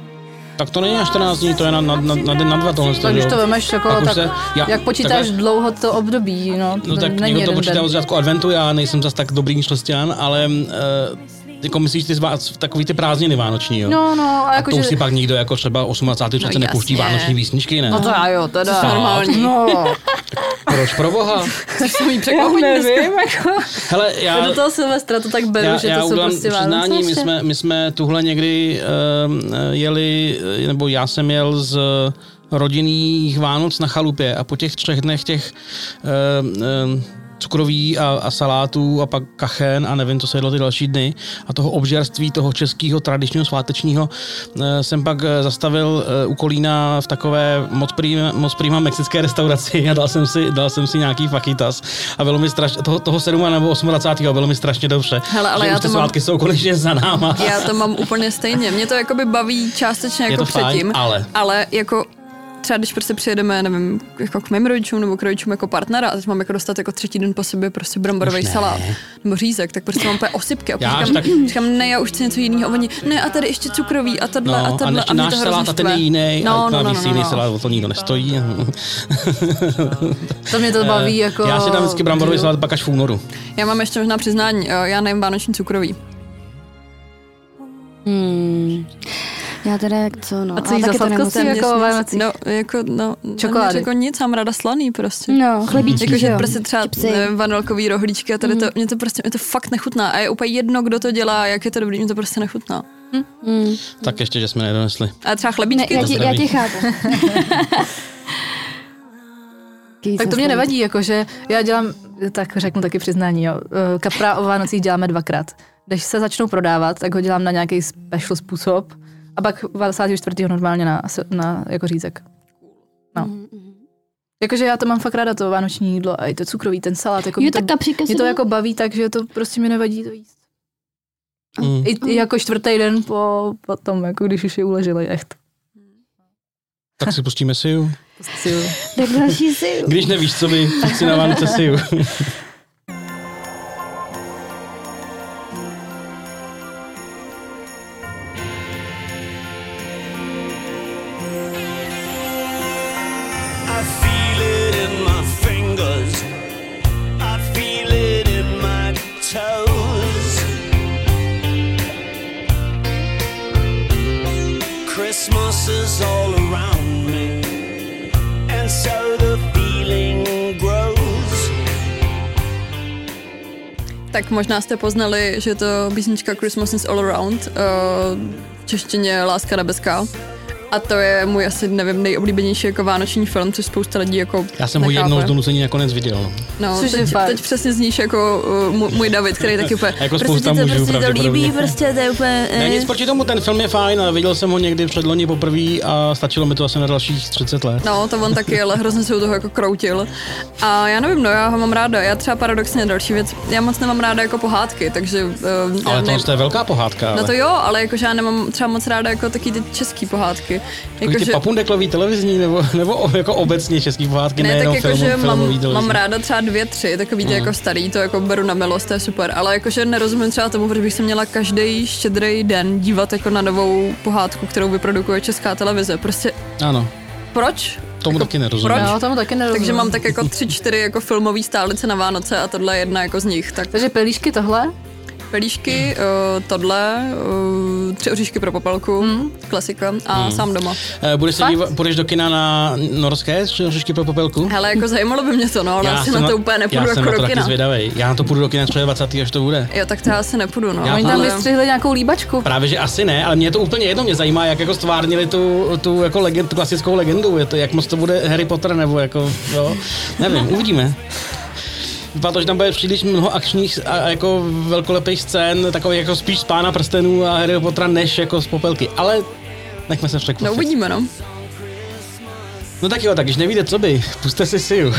[SPEAKER 1] Tak to není na 14 dní, to je na, na, na, na den na dva tohle.
[SPEAKER 3] Tak
[SPEAKER 1] že
[SPEAKER 3] když
[SPEAKER 1] jo?
[SPEAKER 3] to vemeš, jako,
[SPEAKER 1] Tak
[SPEAKER 3] tak,
[SPEAKER 1] už
[SPEAKER 3] tak,
[SPEAKER 1] se- já-
[SPEAKER 3] jak počítáš
[SPEAKER 1] takhle-
[SPEAKER 3] dlouho to období, no,
[SPEAKER 1] No tak
[SPEAKER 3] není
[SPEAKER 1] někdo to
[SPEAKER 3] jeden
[SPEAKER 1] počítá
[SPEAKER 3] den.
[SPEAKER 1] od začátku adventu, já nejsem zas tak dobrý křesťan, ale uh, jako myslíš ty z vás takový ty prázdniny vánoční, jo?
[SPEAKER 3] No, no, a
[SPEAKER 1] a to
[SPEAKER 3] jakože...
[SPEAKER 1] už si pak nikdo jako třeba 28.
[SPEAKER 7] No
[SPEAKER 1] přece nepouští
[SPEAKER 7] jasně.
[SPEAKER 1] vánoční písničky, ne?
[SPEAKER 3] No to já jo, teda.
[SPEAKER 1] Tak.
[SPEAKER 7] Normální.
[SPEAKER 3] No,
[SPEAKER 1] Proč pro boha?
[SPEAKER 7] Jsem jí překvapený.
[SPEAKER 3] jako,
[SPEAKER 1] Hele, já...
[SPEAKER 3] do toho Silvestra to tak beru,
[SPEAKER 1] já,
[SPEAKER 3] že
[SPEAKER 1] já
[SPEAKER 3] to jsou
[SPEAKER 1] udělám
[SPEAKER 3] prostě
[SPEAKER 1] přiznání, my
[SPEAKER 3] Vánoce.
[SPEAKER 1] jsme, my jsme tuhle někdy uh, jeli, eh, nebo já jsem jel z rodinných Vánoc na chalupě a po těch třech dnech těch uh, uh, cukroví a, a salátů a pak kachen a nevím, co se jedlo ty další dny a toho obžerství toho českého tradičního svátečního eh, jsem pak eh, zastavil eh, u Kolína v takové moc prýma, moc prýma mexické restauraci a dal jsem si, dal jsem si nějaký fajitas a bylo mi strašně, toho, toho 7 nebo 28. bylo mi strašně dobře.
[SPEAKER 7] Hele, ale
[SPEAKER 1] že
[SPEAKER 7] já
[SPEAKER 1] už ty
[SPEAKER 7] to mám-
[SPEAKER 1] svátky jsou konečně za náma.
[SPEAKER 7] Já to mám úplně stejně. Mě to jakoby baví částečně
[SPEAKER 1] Je
[SPEAKER 7] jako
[SPEAKER 1] to fajn,
[SPEAKER 7] předtím.
[SPEAKER 1] ale-
[SPEAKER 7] ale jako třeba když prostě přijedeme, nevím, jako k mým rodičům nebo k rodičům jako partnera a teď mám jako dostat jako třetí den po sobě prostě bramborový
[SPEAKER 1] Už ne.
[SPEAKER 7] salát nebo řízek, tak prostě mám úplně osypky a
[SPEAKER 1] Já
[SPEAKER 7] pak
[SPEAKER 1] až
[SPEAKER 7] říkám, "Hm,
[SPEAKER 1] tak-
[SPEAKER 7] říkám, ne, já už chci něco jiného, oni, ne, a tady ještě cukroví a tohle a
[SPEAKER 1] No, a
[SPEAKER 7] tohle
[SPEAKER 1] ještě
[SPEAKER 7] mě
[SPEAKER 1] náš
[SPEAKER 7] to hrozně
[SPEAKER 1] salát a ten je
[SPEAKER 7] štve.
[SPEAKER 1] jiný,
[SPEAKER 7] No,
[SPEAKER 1] a
[SPEAKER 7] no, no,
[SPEAKER 1] navíc
[SPEAKER 7] no,
[SPEAKER 1] jiný
[SPEAKER 7] no.
[SPEAKER 1] salát, o to nikdo nestojí.
[SPEAKER 3] To mě to
[SPEAKER 1] Eh.
[SPEAKER 3] baví jako...
[SPEAKER 1] Já si dám vždycky bramborový salát pak až v únoru.
[SPEAKER 7] Já mám ještě možná přiznání, eh, já nevím vánoční cukroví.
[SPEAKER 2] Já teda jak co, no.
[SPEAKER 3] A co jíš
[SPEAKER 2] ale
[SPEAKER 3] za
[SPEAKER 2] taky to
[SPEAKER 3] sladkosti
[SPEAKER 2] nemusím.
[SPEAKER 3] jako o Vánocích?
[SPEAKER 7] No, jako, no,
[SPEAKER 3] Čokolády.
[SPEAKER 7] Jako nic, mám ráda slaný prostě.
[SPEAKER 2] No, chlebíčky, že jo.
[SPEAKER 7] Prostě třeba
[SPEAKER 2] Chipsy.
[SPEAKER 7] nevím, vanilkový rohlíčky a tady to, mě to prostě, mě to fakt nechutná. A je úplně jedno, kdo to dělá, jak je to dobrý, mě to prostě nechutná.
[SPEAKER 2] Mm.
[SPEAKER 1] Tak ještě, že jsme nedonesli.
[SPEAKER 7] A třeba
[SPEAKER 2] Ne,
[SPEAKER 7] chlebíčky,
[SPEAKER 2] já,
[SPEAKER 7] to-
[SPEAKER 2] tě, já
[SPEAKER 1] zdraví.
[SPEAKER 2] tě chápu.
[SPEAKER 3] Tak to mě nevadí, jakože já dělám, tak řeknu taky přiznání, jo. Eh, Kapra o Vánocích děláme dvakrát. Když se začnou prodávat, tak ho dělám na nějaký special způsob a pak 24. normálně na, na jako řízek. No. Jakože já to mám fakt ráda, to vánoční jídlo a i to cukrový, ten salát. Jako
[SPEAKER 2] Jo,
[SPEAKER 3] mě
[SPEAKER 2] tak
[SPEAKER 3] to,
[SPEAKER 2] kapříka si
[SPEAKER 3] mě to
[SPEAKER 2] dá.
[SPEAKER 3] jako baví, takže to prostě mi nevadí to jíst.
[SPEAKER 1] Mm.
[SPEAKER 3] I, i jako čtvrtý den po, po tom, jako když už je uleželi, echt.
[SPEAKER 1] Tak si pustíme Siu.
[SPEAKER 3] Prostě-
[SPEAKER 2] Tak další si.
[SPEAKER 1] Když nevíš, co by, tak si na Vánoce Siu.
[SPEAKER 9] I feel it in my fingers. I feel it in my toes. Christmas is all around me, and so the feeling grows.
[SPEAKER 7] tak možná jste poznali, že to písnička Christmas is all around, uh, v češtině Láska nebeská. A to je můj asi, nevím, nejoblíbenější jako vánoční film, což spousta lidí jako
[SPEAKER 1] Já jsem ho
[SPEAKER 7] nechápe.
[SPEAKER 1] jednou z donucení nakonec viděl.
[SPEAKER 7] No,
[SPEAKER 3] Což je
[SPEAKER 7] teď,
[SPEAKER 3] fajn.
[SPEAKER 7] teď, přesně zníš jako uh, můj, můj David, který taky úplně...
[SPEAKER 1] A jako
[SPEAKER 7] prostě
[SPEAKER 1] spousta
[SPEAKER 7] ti to,
[SPEAKER 1] mužů,
[SPEAKER 7] prostě ti to líbí,
[SPEAKER 1] pravděpodobně.
[SPEAKER 7] prostě to je úplně...
[SPEAKER 1] Ne, nic
[SPEAKER 7] eh.
[SPEAKER 1] proti tomu, ten film je fajn, ale viděl jsem ho někdy předloni poprvé a stačilo mi to asi na dalších 30 let.
[SPEAKER 7] No, to on taky, ale hrozně se u toho jako kroutil. A já nevím, no, já ho mám ráda. Já třeba paradoxně další věc, já moc nemám ráda jako pohádky, takže... Uh,
[SPEAKER 1] Ale to, to je velká pohádka.
[SPEAKER 7] No to
[SPEAKER 1] ale.
[SPEAKER 7] jo, ale jakože já nemám třeba moc ráda jako taky ty český pohádky.
[SPEAKER 1] Takový ty
[SPEAKER 7] Jakože-
[SPEAKER 1] papundeklový televizní, nebo, nebo o- jako obecně český pohádky,
[SPEAKER 7] ne, tak
[SPEAKER 1] nejenom
[SPEAKER 7] jakože
[SPEAKER 1] filmu, filmový Mhm.
[SPEAKER 7] mám, mám
[SPEAKER 1] televizní.
[SPEAKER 7] ráda třeba dvě, tři, takový ty jako starý, to jako beru na milost, to je super, ale jakože nerozumím třeba tomu, proč bych se měla každý štědrý den dívat jako na novou pohádku, kterou vyprodukuje česká televize. Prostě
[SPEAKER 1] Ano,
[SPEAKER 7] proč?
[SPEAKER 1] tomu taky nerozumím.
[SPEAKER 7] Jako proč?
[SPEAKER 3] No, tomu taky nerozumím.
[SPEAKER 7] Takže mám tak jako tři, čtyři jako filmový stálice na Vánoce a tohle je jedna jako z nich. Tak
[SPEAKER 3] Takže pelíšky tohle,
[SPEAKER 7] pelíšky, eh, tohle, eh, tři oříšky pro popelku,
[SPEAKER 3] Mhm.
[SPEAKER 7] klasika a sám doma.
[SPEAKER 1] Eh, Budeš se
[SPEAKER 3] Fakt?
[SPEAKER 1] dívat, půjdeš do kina na norské Řešky pro popelku?
[SPEAKER 7] Hele, jako zajímalo by mě to, no, ale asi
[SPEAKER 1] jsem
[SPEAKER 7] na to úplně nepůjdu
[SPEAKER 1] já jsem na
[SPEAKER 7] jako
[SPEAKER 1] to
[SPEAKER 7] do
[SPEAKER 1] taky
[SPEAKER 7] kina.
[SPEAKER 1] zvědavej. Já na to půjdu do kina třeba 20. až to bude.
[SPEAKER 7] Jo, tak to já asi nepůjdu, no.
[SPEAKER 1] Já
[SPEAKER 3] oni tam
[SPEAKER 1] Ale-
[SPEAKER 3] vystřihli nějakou líbačku.
[SPEAKER 1] Právě, že asi ne, ale mě je to úplně jedno, mě zajímá, jak jako stvárnili tu, tu jako legend, tu klasickou legendu, je to, jak moc to bude Harry Potter, nebo jako, jo, nevím, uvidíme. Vypadá to, že tam bude příliš mnoho akčních a a jako velkolepých scén, takových jako spíš z Pána prstenů a Harry Pottera, než jako z Popelky, ale nechme se
[SPEAKER 7] No
[SPEAKER 1] překvapit.
[SPEAKER 7] uvidíme, no.
[SPEAKER 1] No tak jo, tak když nevíte, co by, puste si Siu.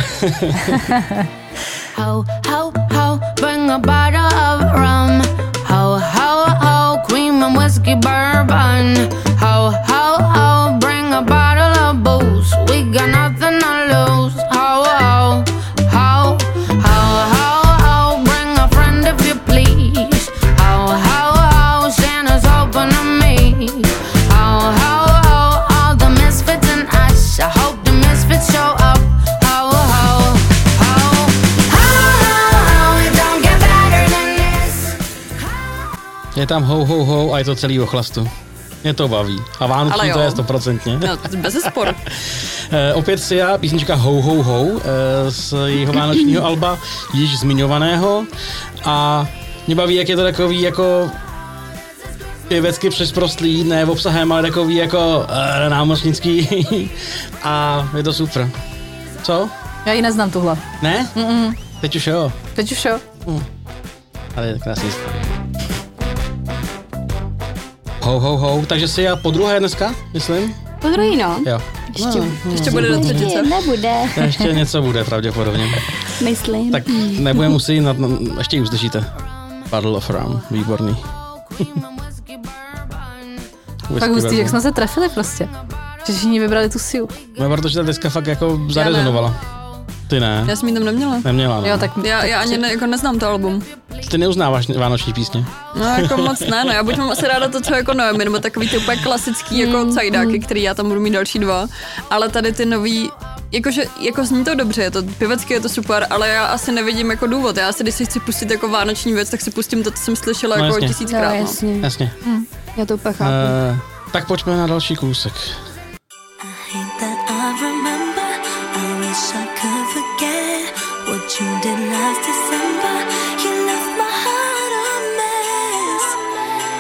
[SPEAKER 4] Ho, ho, ho, bring a bottle of rum. Ho, ho, ho, cream and whiskey bourbon. Ho, ho, ho, bring a
[SPEAKER 10] Oh, Oh, oh,
[SPEAKER 1] Je tam ho, ho, ho a je to celý o chlastu. Mě to baví. A
[SPEAKER 7] Ale
[SPEAKER 1] Vánoční
[SPEAKER 7] jo.
[SPEAKER 1] to je stoprocentně.
[SPEAKER 7] No, bez spor.
[SPEAKER 1] Eh, opět si já písnička Ho Ho Ho eh, z jeho vánočního alba, již zmiňovaného. A mě baví, jak je to takový jako pěvecky přesprostlý, ne obsahem, ale takový jako eh, námořnický. A je to super. Co?
[SPEAKER 3] Já ji neznám tuhle.
[SPEAKER 1] Ne?
[SPEAKER 3] Mm-mm.
[SPEAKER 1] Teď už jo.
[SPEAKER 3] Teď už jo.
[SPEAKER 1] Ale je to krásný. Ho, ho, ho. Takže si já po druhé dneska, myslím?
[SPEAKER 2] Po druhý, no.
[SPEAKER 1] Jo.
[SPEAKER 2] Ještě,
[SPEAKER 7] Ještě bude do
[SPEAKER 2] ještě
[SPEAKER 7] třetice.
[SPEAKER 2] nebude,
[SPEAKER 1] To Ještě něco bude pravděpodobně.
[SPEAKER 2] myslím.
[SPEAKER 1] Tak nebudeme muset jít, na, na, ještě ji uslyšíte. Battle of Ram, výborný.
[SPEAKER 3] Fakt hustý, jak jsme se trefili prostě. Že všichni vybrali tu siu.
[SPEAKER 1] No, protože ta deska fakt jako zarezonovala. Ty ne,
[SPEAKER 7] Já jsem ji tam neměla.
[SPEAKER 1] neměla. No.
[SPEAKER 3] Jo, tak
[SPEAKER 7] Já, já ani ne, jako neznám to album.
[SPEAKER 1] Ty neuznáváš vánoční písně.
[SPEAKER 7] No jako moc ne, no já buď mám asi ráda to, co jako Noemi, nebo takový ty úplně klasický
[SPEAKER 3] Mm,
[SPEAKER 7] jako cajdáky, který já tam budu mít další dva, ale tady ty nový, jakože, jako zní to dobře, je to pěvecky, je to super, ale já asi nevidím jako důvod, já asi když si chci pustit jako vánoční věc, tak si pustím to, co jsem slyšela
[SPEAKER 1] No,
[SPEAKER 7] jako
[SPEAKER 1] jasně.
[SPEAKER 2] Jo,
[SPEAKER 7] tisíckrát. No.
[SPEAKER 2] jasně.
[SPEAKER 1] Jasně.
[SPEAKER 2] Já to úplně chápu.
[SPEAKER 1] Uh, tak pojďme na další kousek.
[SPEAKER 10] Ain't that I remember? I wish I could forget what you did last December. You left my heart a mess,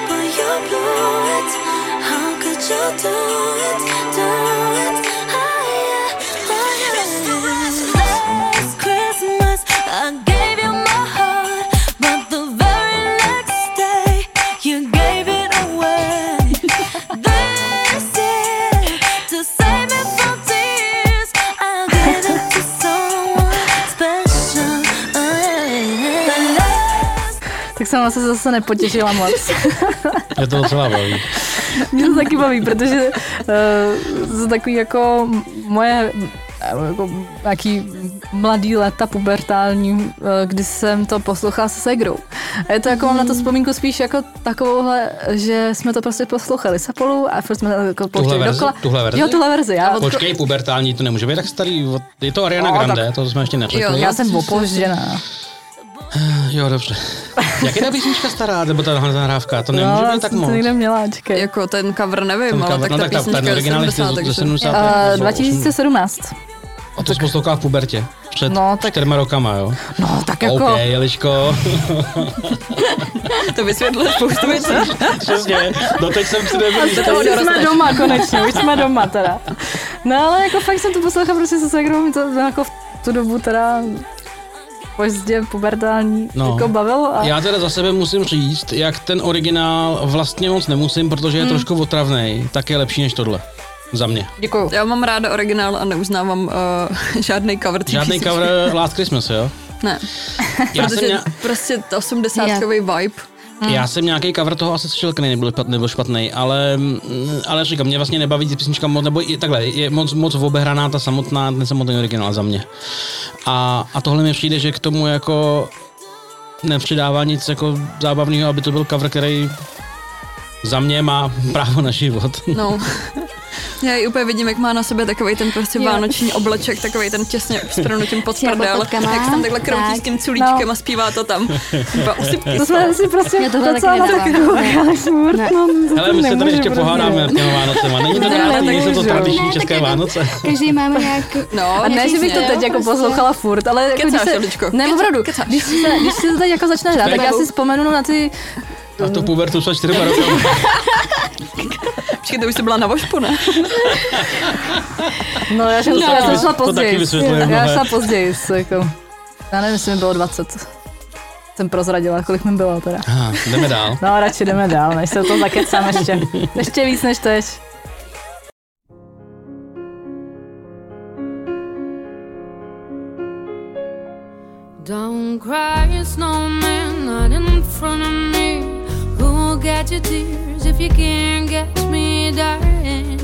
[SPEAKER 10] but you blew it. How could you do it? Do it? I, I, Last Christmas, I gave you my heart, but the very next day, you gave it away. This year, to save me from tears, I'll give it to someone special. Oh, The last
[SPEAKER 3] tak jsem se zase nepotěšila moc.
[SPEAKER 1] Je to docela baví.
[SPEAKER 3] Mě to taky baví, protože uh, to takový jako moje eh, jako nějaký mladý léta pubertální, eh, kdy jsem to poslouchala se segrou. A je to jako, mám na to vzpomínku spíš jako takovouhle, že jsme to prostě poslouchali spolu a furt jsme to jako pouštěli
[SPEAKER 1] verzi?
[SPEAKER 3] dokola.
[SPEAKER 1] Tuhle verzi?
[SPEAKER 3] Jo, tuhle verzi. Já,
[SPEAKER 1] Počkej, pubertální, to nemůže být tak starý. od- Je to Ariana
[SPEAKER 3] No,
[SPEAKER 1] Grande, to jsme ještě nečetli.
[SPEAKER 3] já jsem opožděná.
[SPEAKER 1] Jo, dobře. Jak je ta písnička stará, nebo ta nahrávka? To nemůže být tak
[SPEAKER 3] No, jsem to
[SPEAKER 1] moc.
[SPEAKER 3] někde měla, čekej.
[SPEAKER 7] Jako ten cover nevím,
[SPEAKER 1] Ten
[SPEAKER 7] ale
[SPEAKER 1] cover-
[SPEAKER 7] tak ta písnička
[SPEAKER 1] no, ten
[SPEAKER 7] je
[SPEAKER 1] originál je
[SPEAKER 7] 70,
[SPEAKER 1] ze
[SPEAKER 7] takže...
[SPEAKER 1] 70.
[SPEAKER 3] Uh,
[SPEAKER 1] nebo 80.
[SPEAKER 3] 2017.
[SPEAKER 1] A to jsi poslouchala v pubertě. Před
[SPEAKER 3] No,
[SPEAKER 1] no,
[SPEAKER 3] tak-
[SPEAKER 1] čtyřma rokama, jo?
[SPEAKER 3] No, tak
[SPEAKER 1] Jako...
[SPEAKER 3] jako...
[SPEAKER 1] OK, Jeliško.
[SPEAKER 7] To vysvětluje spoustu věcí.
[SPEAKER 1] Přesně. Doteď jsem si nebyl jistý.
[SPEAKER 7] toho
[SPEAKER 3] Už jsme
[SPEAKER 7] dorosteš.
[SPEAKER 3] doma konečně, už jsme doma teda. No ale jako fakt jsem to poslouchala prostě se segrou, mi to jako v tu dobu teda pozdě pubertální
[SPEAKER 1] No.
[SPEAKER 3] no. jako bavilo a Já...
[SPEAKER 1] Já teda za sebe musím říct, jak ten originál vlastně moc nemusím, protože je
[SPEAKER 3] Hmm.
[SPEAKER 1] trošku otravný, tak je lepší než tohle. Za mě.
[SPEAKER 3] děkuju.
[SPEAKER 7] Já mám ráda originál a neuznávám uh, žádný cover. té
[SPEAKER 1] Žádný
[SPEAKER 7] písničky.
[SPEAKER 1] cover Last Christmas, jo?
[SPEAKER 7] Ne,
[SPEAKER 1] Já jsem,
[SPEAKER 7] protože
[SPEAKER 1] měl,
[SPEAKER 7] prostě 80kový vibe.
[SPEAKER 3] Mm.
[SPEAKER 1] já jsem nějaký cover toho asi slyšel, který nebyl, špat- nebyl špatný, ale, mm, ale říkám, mě vlastně nebaví ta písnička moc, nebo je, takhle, je moc, moc obehraná ta samotná, ten samotný originál za mě. A, a tohle mi přijde, že k tomu jako nepřidává nic jako zábavného, aby to byl cover, který za mě má právo na život.
[SPEAKER 7] No. Já ji úplně vidím, jak má na sobě takový ten prostě
[SPEAKER 2] Jo.
[SPEAKER 7] vánoční obleček, takový ten těsně strnutým pod prdel, jak se
[SPEAKER 2] podprdkama,
[SPEAKER 7] tam takhle kroutí
[SPEAKER 2] tak,
[SPEAKER 7] s tím culíčkem
[SPEAKER 3] no.
[SPEAKER 7] a zpívá to tam. Úplně usypky.
[SPEAKER 3] To jsme si prostě
[SPEAKER 2] Já tohle
[SPEAKER 3] docela
[SPEAKER 2] taky
[SPEAKER 3] na
[SPEAKER 2] nedávám.
[SPEAKER 3] takovou smrt,
[SPEAKER 2] Ne.
[SPEAKER 3] no, to
[SPEAKER 1] Ale my se
[SPEAKER 3] nemůžu
[SPEAKER 1] tady ještě
[SPEAKER 3] prostě.
[SPEAKER 1] pohádáme nad těma Vánocema. Není to
[SPEAKER 3] To
[SPEAKER 1] krásný,
[SPEAKER 3] nemůžu.
[SPEAKER 1] nejsou to tradiční
[SPEAKER 2] Ne, tak
[SPEAKER 1] české
[SPEAKER 2] jako-
[SPEAKER 1] Vánoce.
[SPEAKER 2] Každý máme nějak...
[SPEAKER 7] No,
[SPEAKER 3] A ne, že bych to
[SPEAKER 7] jasně.
[SPEAKER 3] teď jako
[SPEAKER 2] prostě.
[SPEAKER 3] poslouchala furt, ale jako
[SPEAKER 7] Kecáš,
[SPEAKER 3] když
[SPEAKER 7] Eličko,
[SPEAKER 3] se, ne,
[SPEAKER 7] kecáš,
[SPEAKER 3] opravdu,
[SPEAKER 7] kecáš.
[SPEAKER 3] když se, když se to teď jako začne hrát, tak já si vzpomenu na ty,
[SPEAKER 1] A to pubertu jsou čtyři roky.
[SPEAKER 7] Počkej, to už jsi byla na vošpu, ne?
[SPEAKER 3] no já jsem já jsem
[SPEAKER 1] vys-
[SPEAKER 3] šla
[SPEAKER 1] to taky
[SPEAKER 3] později,
[SPEAKER 1] vysvětluje
[SPEAKER 3] já
[SPEAKER 1] mnohé.
[SPEAKER 3] šla později, jako, já nevím, jestli mi bylo 20, jsem prozradila, kolik mi bylo teda.
[SPEAKER 1] Aha, jdeme dál.
[SPEAKER 3] No, radši jdeme dál, než se to zakecám ještě. Ještě víc než teď.
[SPEAKER 4] Don't cry, snowman, not in front of me. Who'll get your tears if you can't catch me, darling?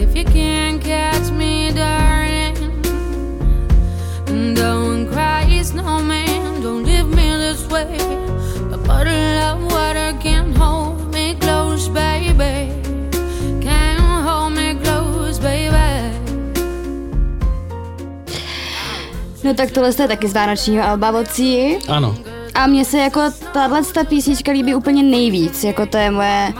[SPEAKER 4] If you can't catch me, darling. Don't cry, snowman, don't leave me this way. A bottle of water can't hold me close, baby. Can't hold me close, baby.
[SPEAKER 2] No tak tohle je taky z vánočního alba vocí.
[SPEAKER 1] Ano,
[SPEAKER 2] A mně se jako tahle písnička líbí úplně nejvíc, jako to je moje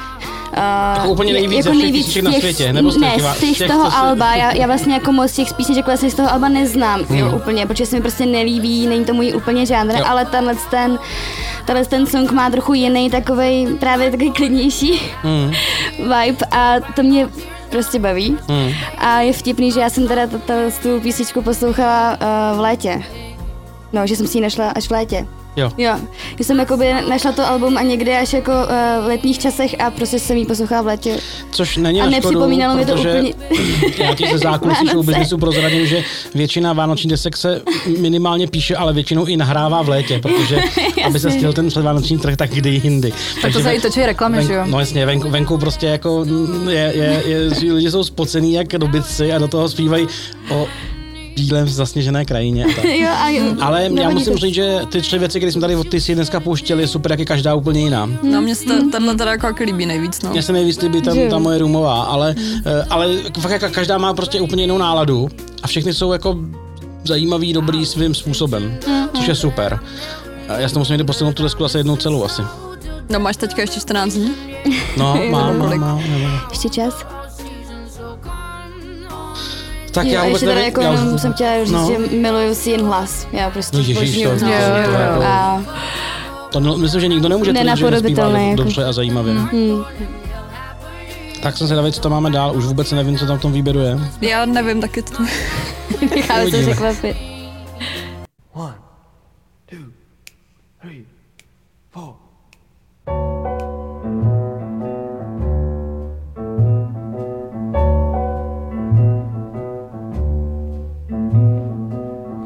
[SPEAKER 2] Uh,
[SPEAKER 1] úplně nejvíc ze
[SPEAKER 2] jako
[SPEAKER 1] všech
[SPEAKER 2] nejvíc
[SPEAKER 1] písniček na
[SPEAKER 2] těch-
[SPEAKER 1] světě, nebo z těch,
[SPEAKER 2] ne,
[SPEAKER 1] vá-
[SPEAKER 2] z těch,
[SPEAKER 1] těch, co
[SPEAKER 2] toho
[SPEAKER 1] si-
[SPEAKER 2] Alba, já, já vlastně jako moc těch písniček vlastně z toho Alba neznám, jo, úplně, protože se mi prostě nelíbí, není to můj úplně žánr,
[SPEAKER 1] Hmm. Jo.
[SPEAKER 2] ale tenhle ten, tenhle ten song má trochu jiný takovej, právě takový klidnější
[SPEAKER 1] Mm.
[SPEAKER 2] vibe a to mě prostě baví.
[SPEAKER 1] Mm.
[SPEAKER 2] A je vtipný, že já jsem teda tato, tu písničku poslouchala uh, v létě. No, že jsem si ji našla až v létě.
[SPEAKER 1] Jo.
[SPEAKER 2] Jo, že jsem jakoby našla to album a někde až jako uh, v letních časech a prostě jsem ji poslouchala v létě.
[SPEAKER 1] Což není
[SPEAKER 2] A
[SPEAKER 1] na škodu,
[SPEAKER 2] nepřipomínalo mi to
[SPEAKER 1] protože
[SPEAKER 2] úplně-
[SPEAKER 1] já ti ze zákulisí
[SPEAKER 2] Vánoce.
[SPEAKER 1] show businessu prozradím, že většina vánoční desek se minimálně píše, ale většinou i nahrává v létě, protože aby se stihl ten předvánoční trh, tak kdy jindy.
[SPEAKER 3] Tak to se i točí reklamy, že jo?
[SPEAKER 1] Ven, no jasně, venku, venku prostě jako mm, je, je, je, lidi jsou spocený jak dobytci a do toho zpívají o bílém zasněžené krajině. A tak.
[SPEAKER 2] jo, a jo.
[SPEAKER 1] Hmm. Ale já
[SPEAKER 2] Nevadí
[SPEAKER 1] musím
[SPEAKER 2] to.
[SPEAKER 1] říct, že ty tři věci, které jsme tady od ty si dneska pouštěli, super, jak je každá úplně jiná.
[SPEAKER 7] No, mně se ta- tahle teda jako jak líbí nejvíc, no.
[SPEAKER 1] Mně se nejvíc líbí ta, ta moje rumová, ale,
[SPEAKER 2] Mm.
[SPEAKER 1] eh, ale fakt jako každá má prostě úplně jinou náladu a všechny jsou jako zajímavý,
[SPEAKER 2] Mm.
[SPEAKER 1] dobrý svým způsobem, což je super. Eh, Já si to musím někdy posunout tu desku zase jednou celou asi.
[SPEAKER 7] No, máš teďka ještě 14 dní?
[SPEAKER 1] No, mám, mám,
[SPEAKER 7] kolik?
[SPEAKER 1] mám, mám.
[SPEAKER 2] Ještě čas.
[SPEAKER 1] Tak
[SPEAKER 2] jo,
[SPEAKER 1] já
[SPEAKER 2] a
[SPEAKER 1] vůbec
[SPEAKER 2] ještě teda
[SPEAKER 1] nevím.
[SPEAKER 2] jako
[SPEAKER 1] já už-
[SPEAKER 2] jenom jsem chtěla říct,
[SPEAKER 1] no.
[SPEAKER 2] že miluju si jen hlas. Já prostě
[SPEAKER 1] No ježíš, to,
[SPEAKER 2] zbožňuju
[SPEAKER 1] to, to, to,
[SPEAKER 2] hlas.
[SPEAKER 1] to,
[SPEAKER 2] A
[SPEAKER 1] To no, myslím, že nikdo nemůže tvrdit, že nespívá
[SPEAKER 2] Nenapodobitelné,
[SPEAKER 1] dob-
[SPEAKER 2] jako.
[SPEAKER 1] dobře a zajímavě.
[SPEAKER 2] Hmm.
[SPEAKER 1] Tak jsem zvědavý, co tam máme dál. Už vůbec nevím, co tam v tom výběru je.
[SPEAKER 7] Já nevím, taky to.
[SPEAKER 2] necháme se
[SPEAKER 1] Uvidíme.
[SPEAKER 2] překvapit.
[SPEAKER 8] One, two, three, four.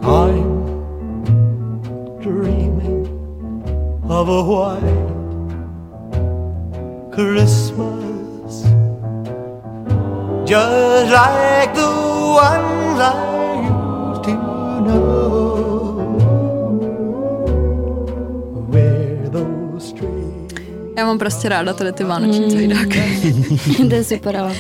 [SPEAKER 8] I'm dreaming of a white Christmas, just like the ones I used to know, where those trees.
[SPEAKER 7] Já mám prostě ráda tady ty
[SPEAKER 1] Mm.
[SPEAKER 7] vánoční cajdáky.
[SPEAKER 2] to je super, ale.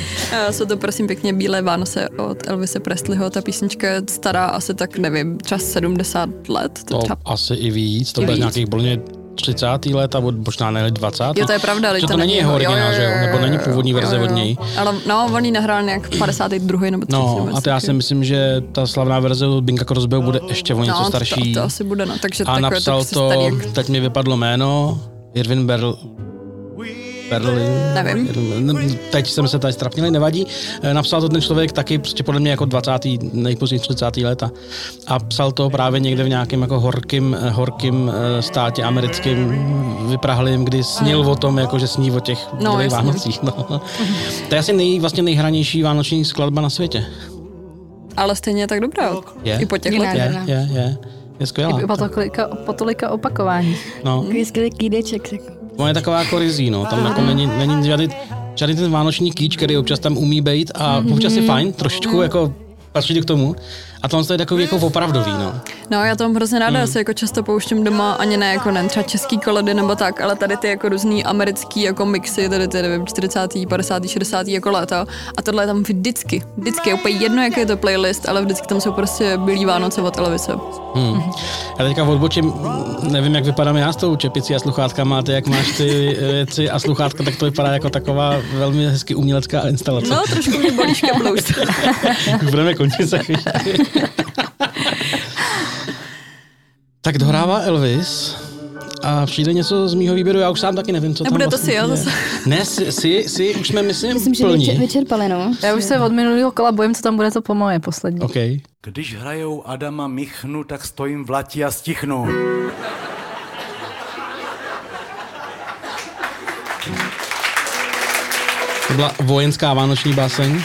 [SPEAKER 7] Eh, Jsou to prosím pěkně Bílé Vánoce od Elvise Presleyho. Ta písnička je stará asi tak, nevím, čas 70 let.
[SPEAKER 1] To
[SPEAKER 7] To třeba...
[SPEAKER 1] No, asi i víc. To bude
[SPEAKER 7] víc.
[SPEAKER 1] nějakých bolně 30. let a od- možná ne 20.
[SPEAKER 7] Jo, to je pravda, ale
[SPEAKER 1] Že to není jeho originál, že jo? Nebo není původní verze od něj.
[SPEAKER 7] Ale no, on ji nahrál nějak 52. nebo 3.
[SPEAKER 1] No, a to já si myslím, že ta slavná verze od Binka Crosbyho bude ještě o něco
[SPEAKER 7] no,
[SPEAKER 1] starší.
[SPEAKER 7] To, to, asi bude, no. Takže
[SPEAKER 1] A
[SPEAKER 7] takové
[SPEAKER 1] napsal
[SPEAKER 7] prostě
[SPEAKER 1] to,
[SPEAKER 7] starý jak-
[SPEAKER 1] teď mi vypadlo jméno, Irvin Berl, Berlin.
[SPEAKER 7] Nevím.
[SPEAKER 1] Irvin- ne- Teď jsem se tady strapnili, nevadí. E, Napsal to ten člověk taky prostě podle mě jako 20. nejpozději 30. leta. A psal to právě někde v nějakém jako horkým, eh, horkým eh, státě americkým vyprahlým, kdy snil o tom, jako že sní o těch
[SPEAKER 7] No,
[SPEAKER 1] no,
[SPEAKER 7] jasně.
[SPEAKER 1] Vánocích. No. To je asi nej, vlastně nejhranější vánoční skladba na světě.
[SPEAKER 7] Ale stejně je tak dobrá.
[SPEAKER 1] Je.
[SPEAKER 7] I po těch
[SPEAKER 2] Jiná.
[SPEAKER 7] letech.
[SPEAKER 1] Je,
[SPEAKER 2] Nádherná.
[SPEAKER 1] je, je. Je skvělá.
[SPEAKER 3] Po tolika, po tolika opakování.
[SPEAKER 1] No.
[SPEAKER 2] Takový skvělý kýdeček. tak.
[SPEAKER 1] Ona je taková jako rizí, no. Tam jako není, není žádný, žádný ten vánoční kýč, který občas tam umí být a občas je fajn, trošičku jako patří k tomu. A tam to je takový jako opravdový, no.
[SPEAKER 7] No, já to mám hrozně ráda,
[SPEAKER 1] Hmm.
[SPEAKER 7] já se jako často pouštím doma, ani ne jako ne, třeba český koledy nebo tak, ale tady ty jako různý americký jako mixy, tady ty nevím, 40., 50., 60. jako léta a tohle je tam vždycky, vždycky, je úplně jedno, jaký je to playlist, ale vždycky tam jsou prostě bílý Vánoce od Elvise.
[SPEAKER 1] Hmm. Já teďka odbočím, nevím, jak vypadám já s tou čepicí a sluchátkama, a ty jak máš ty eh, věci a sluchátka, tak to vypadá jako taková velmi hezky umělecká instalace.
[SPEAKER 7] No, trošku mě bolí škablous.
[SPEAKER 1] Už budeme končit za chvíli. tak dohrává Elvis a přijde něco z mýho výběru, já už sám taky nevím, co tam
[SPEAKER 7] Nebude to
[SPEAKER 1] vlastně
[SPEAKER 7] si, jo,
[SPEAKER 1] je.
[SPEAKER 7] zase?
[SPEAKER 1] Ne, si, si, si už jsme, myslím,
[SPEAKER 2] Myslím, že
[SPEAKER 1] plní.
[SPEAKER 2] vyče- vyčerpali, no.
[SPEAKER 3] Já už se od minulého kola bojím, co tam bude to po moje poslední.
[SPEAKER 1] OK.
[SPEAKER 11] Když hrajou Adama Michnu, tak stojím v lati a stichnu.
[SPEAKER 1] To byla vojenská vánoční báseň.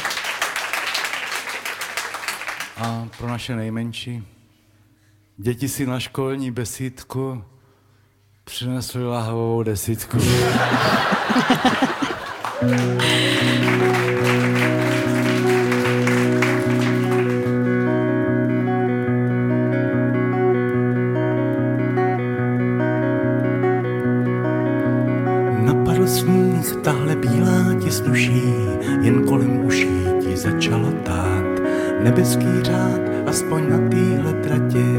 [SPEAKER 11] A pro naše nejmenší, děti si na školní besídku přinesli lahvovou desítku. Napadl sníh, tahle bílá ti snuší, jen kolem uší ti začalo tát. nebeský řád, aspoň na téhle trati.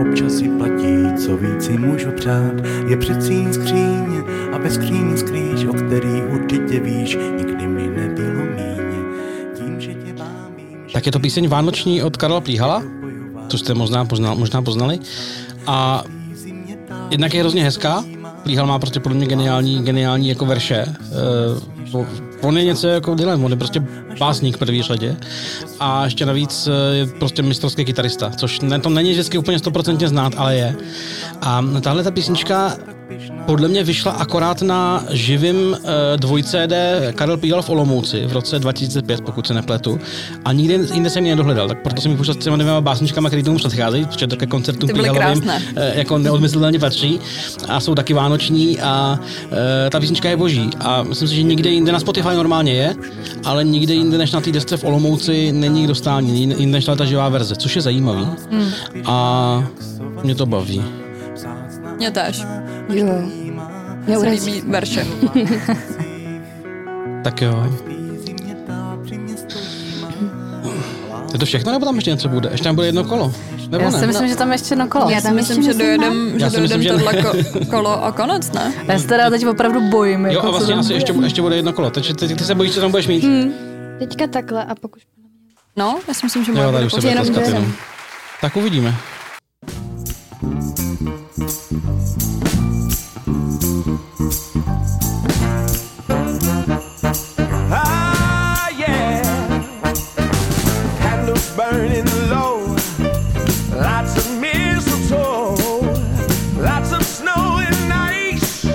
[SPEAKER 11] Občas i platí, co víc si můžu přát, je přecí skříň a ve skříni skrýš, o který určitě víš, nikdy mi nebylo míň. Tím, že tě mám
[SPEAKER 1] Tak je to píseň Vánoční od Karla Plíhala, tu jste možná, poznal, možná poznali. A jednak je hrozně hezká, Plíhal má prostě podle mě geniální, geniální jako verše. Uh, on je něco jako Dylan, on je prostě básník v první řadě. A ještě navíc eh, je prostě mistrovský kytarista, což ne, to není vždycky úplně stoprocentně znát, ale je. A tahle ta písnička podle mě vyšla akorát na živým uh, dvojce CD Karel Pígal v Olomouci v roce 2005, pokud se nepletu. A nikde jinde jsem ji nedohledal, tak proto jsem ji pouštěl s těma dvěma básničkama, které tomu předcházejí, protože to ke koncertům
[SPEAKER 7] Ty byly
[SPEAKER 1] Pígalovým
[SPEAKER 7] krásné.
[SPEAKER 1] eh, jako neodmyslitelně patří a jsou taky vánoční a eh, ta písnička je boží. A myslím si, že nikde jinde na Spotify normálně je, ale nikde jinde než na té desce v Olomouci není k dostání, jinde než ta živá verze, což je zajímavý.
[SPEAKER 7] Hmm.
[SPEAKER 1] A mě to baví.
[SPEAKER 7] Mě tež.
[SPEAKER 2] Jo.
[SPEAKER 7] Mě se líbí verše.
[SPEAKER 1] Tak jo. Je to všechno, nebo tam ještě něco bude? Ještě tam bude jedno kolo? Nebo
[SPEAKER 3] Já
[SPEAKER 1] ne? No.
[SPEAKER 3] si myslím, že tam ještě jedno kolo.
[SPEAKER 7] Já tam myslím, že dojedem,
[SPEAKER 1] Já
[SPEAKER 7] že
[SPEAKER 1] si myslím,
[SPEAKER 7] dojedem
[SPEAKER 1] že
[SPEAKER 7] tohle
[SPEAKER 1] ne.
[SPEAKER 7] ko- kolo a konec, ne?
[SPEAKER 3] Já se teda teď opravdu bojím.
[SPEAKER 1] Jo,
[SPEAKER 3] jako,
[SPEAKER 1] a
[SPEAKER 3] co
[SPEAKER 1] vlastně
[SPEAKER 3] tam
[SPEAKER 1] asi
[SPEAKER 3] bude.
[SPEAKER 1] ještě, ještě bude jedno kolo. Takže ty, ty se bojíš, co tam budeš mít?
[SPEAKER 7] Hmm,
[SPEAKER 2] Hm. Teďka takhle a pokud...
[SPEAKER 7] No, já si myslím, že
[SPEAKER 1] Jo,
[SPEAKER 7] moje
[SPEAKER 1] tady
[SPEAKER 7] bude
[SPEAKER 1] už se
[SPEAKER 7] poslední.
[SPEAKER 1] bude tleskat
[SPEAKER 2] dvě.
[SPEAKER 1] jenom. Tak uvidíme.
[SPEAKER 12] Ah, yeah. Candles burning low. Lots of mistletoe. Lots of snow and ice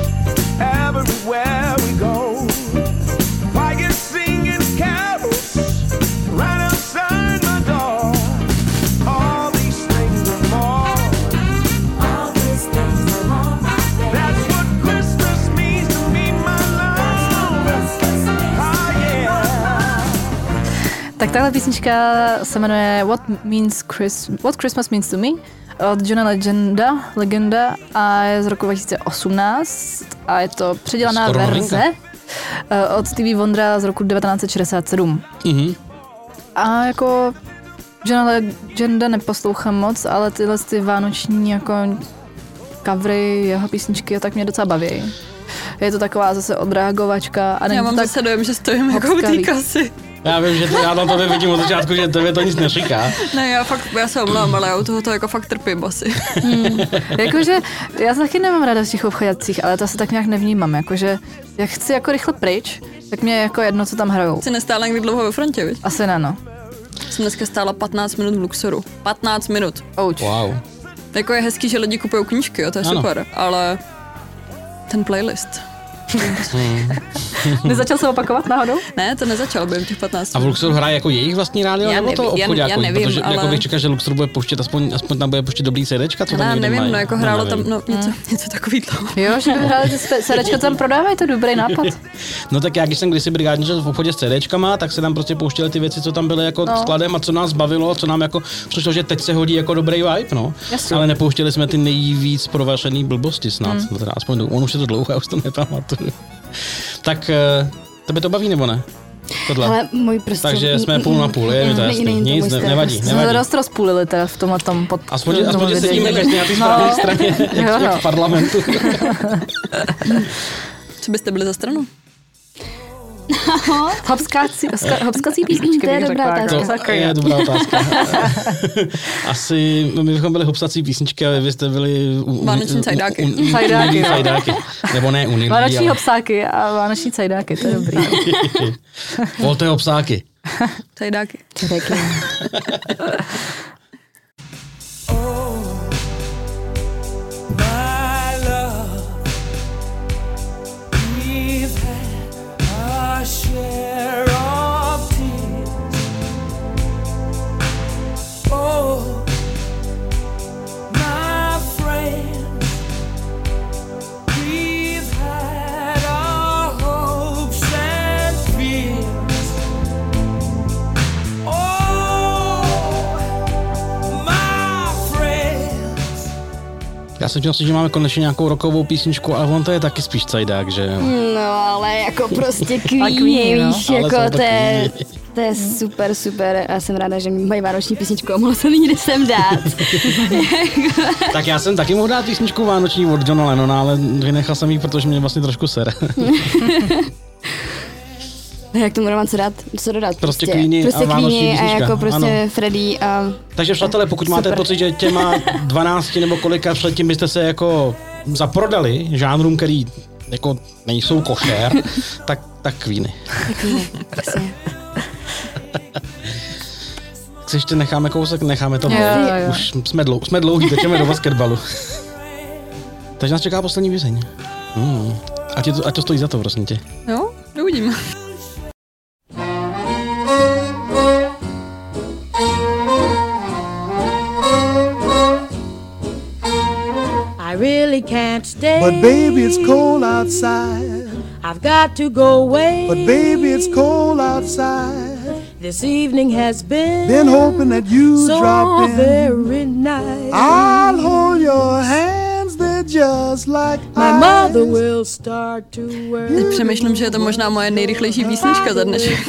[SPEAKER 12] everywhere we go. Choirs singing carols right outside my door. All these things and more. All these things and more. That's what Christmas means to me, my love. Ah, yeah.
[SPEAKER 3] Tak tahle písnička se jmenuje What, means Chris, What Christmas Means to Me od Johna Legenda, Legenda a je z roku 2018 a je to předělaná
[SPEAKER 13] Skoro novinka.
[SPEAKER 3] verze eh, od Stevie Vondra z roku 1967.
[SPEAKER 1] Mhm.
[SPEAKER 3] A jako Johna Legenda neposlouchám moc, ale tyhle ty vánoční jako covery, jeho písničky a tak mě docela baví. Je to taková zase odreagovačka. A není
[SPEAKER 7] Já
[SPEAKER 3] to
[SPEAKER 7] mám
[SPEAKER 3] tak
[SPEAKER 7] zase dojem, že stojím jako u té
[SPEAKER 3] hockavý.
[SPEAKER 7] kasy.
[SPEAKER 1] Já vím, že ty, já na tobě vidím od začátku, že tobě to nic neříká.
[SPEAKER 7] Ne, já fakt, já se omlouvám, ale já u toho to jako fakt trpím asi.
[SPEAKER 3] jakože já taky nemám ráda v těch obchodacích, ale to asi tak nějak nevnímám, jakože jak chci jako rychle pryč, tak mě je jako jedno, co tam hrajou.
[SPEAKER 7] Jsi nestála někdy dlouho ve frontě, viď?
[SPEAKER 3] Asi ne, no.
[SPEAKER 7] Jsem dneska stála 15 minut v Luxoru. 15 minut.
[SPEAKER 3] Ouch.
[SPEAKER 1] Wow.
[SPEAKER 7] Jako je hezký, že lidi kupují knížky, jo, to je
[SPEAKER 1] Ano.
[SPEAKER 7] super, ale ten playlist.
[SPEAKER 3] Nezačal se opakovat náhodou?
[SPEAKER 7] Ne, to nezačal během těch 15
[SPEAKER 1] A v Luxoru hraje jako jejich vlastní rádio,
[SPEAKER 7] Já
[SPEAKER 1] nebo to
[SPEAKER 7] nevím, já-
[SPEAKER 1] obchodáků?
[SPEAKER 7] já nevím,
[SPEAKER 1] Protože jako
[SPEAKER 7] ale-
[SPEAKER 1] bych čekal, že Luxor bude pouštět, aspoň, aspoň tam bude pouštět dobrý CDčka, co tam
[SPEAKER 7] Ale já
[SPEAKER 1] někde
[SPEAKER 7] nevím,
[SPEAKER 1] mají.
[SPEAKER 7] no jako hrálo
[SPEAKER 1] nevím.
[SPEAKER 7] tam no, něco, něco takový dlouho.
[SPEAKER 3] Jo, že by hráli ty spe- sedačka, co tam prodávají, to je dobrý nápad.
[SPEAKER 1] No tak já, když jsem kdysi brigádničil v obchodě s CDčkama, tak se tam prostě pouštěly ty věci, co tam byly jako
[SPEAKER 3] No.
[SPEAKER 1] no. skladem a co nás bavilo, co nám jako přišlo, že teď se hodí jako dobrý vibe, no.
[SPEAKER 3] Jasně.
[SPEAKER 1] Ale nepouštěli jsme ty nejvíc provařený blbosti snad.
[SPEAKER 3] Hmm.
[SPEAKER 1] Hmm. No teda aspoň, do- on už je to dlouho, já už to nepamatuju. tak eh, tebe to baví nebo ne? Tohle.
[SPEAKER 2] Ale můj prostě...
[SPEAKER 1] Takže jsme půl na půl, je mi to
[SPEAKER 2] Ne-
[SPEAKER 1] jasný.
[SPEAKER 2] není to
[SPEAKER 1] Nic,
[SPEAKER 2] můj
[SPEAKER 1] ne-
[SPEAKER 2] styl.
[SPEAKER 1] nevadí,
[SPEAKER 3] Jsme to
[SPEAKER 1] nevadí.
[SPEAKER 3] dost rozpůlili teda v tomhle tom pod...
[SPEAKER 1] Aspoň, že-
[SPEAKER 3] tom
[SPEAKER 1] aspoň že
[SPEAKER 3] videu.
[SPEAKER 1] sedíme každý na té správné
[SPEAKER 3] No.
[SPEAKER 1] straně, jak,
[SPEAKER 3] Jo,
[SPEAKER 1] jak
[SPEAKER 3] no.
[SPEAKER 1] v parlamentu.
[SPEAKER 7] Co byste byli za stranu?
[SPEAKER 3] Hopskácí, hopska- hopskací písničky.
[SPEAKER 2] To je
[SPEAKER 3] bych
[SPEAKER 2] dobrá
[SPEAKER 3] řekla, jako.
[SPEAKER 1] To je dobrá otázka. Asi, no my bychom byli hopsací písničky, ale vy jste byli... u- u-
[SPEAKER 3] Vánoční
[SPEAKER 1] u- u-
[SPEAKER 3] cajdáky.
[SPEAKER 1] u- u-
[SPEAKER 3] Cajdáky,
[SPEAKER 1] unilí
[SPEAKER 3] no.
[SPEAKER 1] cajdáky. Nebo ne, unilí,
[SPEAKER 3] Vánoční
[SPEAKER 1] ale...
[SPEAKER 3] hopsáky a vánoční cajdáky, to je dobrý.
[SPEAKER 1] Volte hopsáky.
[SPEAKER 7] Cajdáky.
[SPEAKER 3] Cajdáky.
[SPEAKER 12] Oh, My love, we've had our share of tears. Oh, my friend, we've had our hopes and fears. Oh,
[SPEAKER 1] Já jsem chtěl říct, že máme konečně nějakou rokovou písničku, ale on to je taky spíš cajdák, že jo.
[SPEAKER 2] No, ale jako prostě
[SPEAKER 1] Ale
[SPEAKER 2] Queen,
[SPEAKER 1] Queen, no.
[SPEAKER 2] víš,
[SPEAKER 1] Ale jsou
[SPEAKER 2] jako
[SPEAKER 1] to
[SPEAKER 2] to je,
[SPEAKER 1] Queeni.
[SPEAKER 2] to je super, super. A jsem ráda, že mají vánoční písničku a mohla jsem ji někde sem dát.
[SPEAKER 1] Tak já jsem taky mohl dát písničku vánoční od Johna Lennona, ale vynechal jsem ji, protože mě vlastně trošku sere.
[SPEAKER 2] Jak tomu nemám co dát, co dodat.
[SPEAKER 1] Prostě Queeni a
[SPEAKER 2] prostě
[SPEAKER 1] vánoční
[SPEAKER 2] Queeni a
[SPEAKER 1] písnička,
[SPEAKER 2] jako prostě
[SPEAKER 1] ano.
[SPEAKER 2] Freddy a
[SPEAKER 1] Takže přátelé, pokud máte
[SPEAKER 2] Super.
[SPEAKER 1] pocit, že těma 12 nebo kolika předtím byste se jako zaprodali žánrům, který jako nejsou košer, tak, tak kvíny.
[SPEAKER 2] takový, přesně.
[SPEAKER 1] Když ještě necháme kousek, necháme to.
[SPEAKER 2] Jo, jo.
[SPEAKER 1] Už jsme, dlou, jsme dlouhý, teď jdeme do basketbalu. Takže nás čeká poslední vězeň. Hmm. Ať, je to, ať to stojí za to, prosím tě.
[SPEAKER 7] Jo, uvidíme.
[SPEAKER 13] I really can't stay.
[SPEAKER 11] But baby, it's cold outside.
[SPEAKER 13] I've got to go away.
[SPEAKER 11] But baby, it's cold outside.
[SPEAKER 13] This evening has been
[SPEAKER 11] Been hoping that you
[SPEAKER 13] so
[SPEAKER 11] drop in. Ah,
[SPEAKER 13] very nice.
[SPEAKER 11] I'll hold your hands, they're just like
[SPEAKER 13] My
[SPEAKER 11] ice.
[SPEAKER 13] mother will start to worry.
[SPEAKER 7] Teď přemýšlím, že je to možná moje nejrychlejší písnička za dnešek.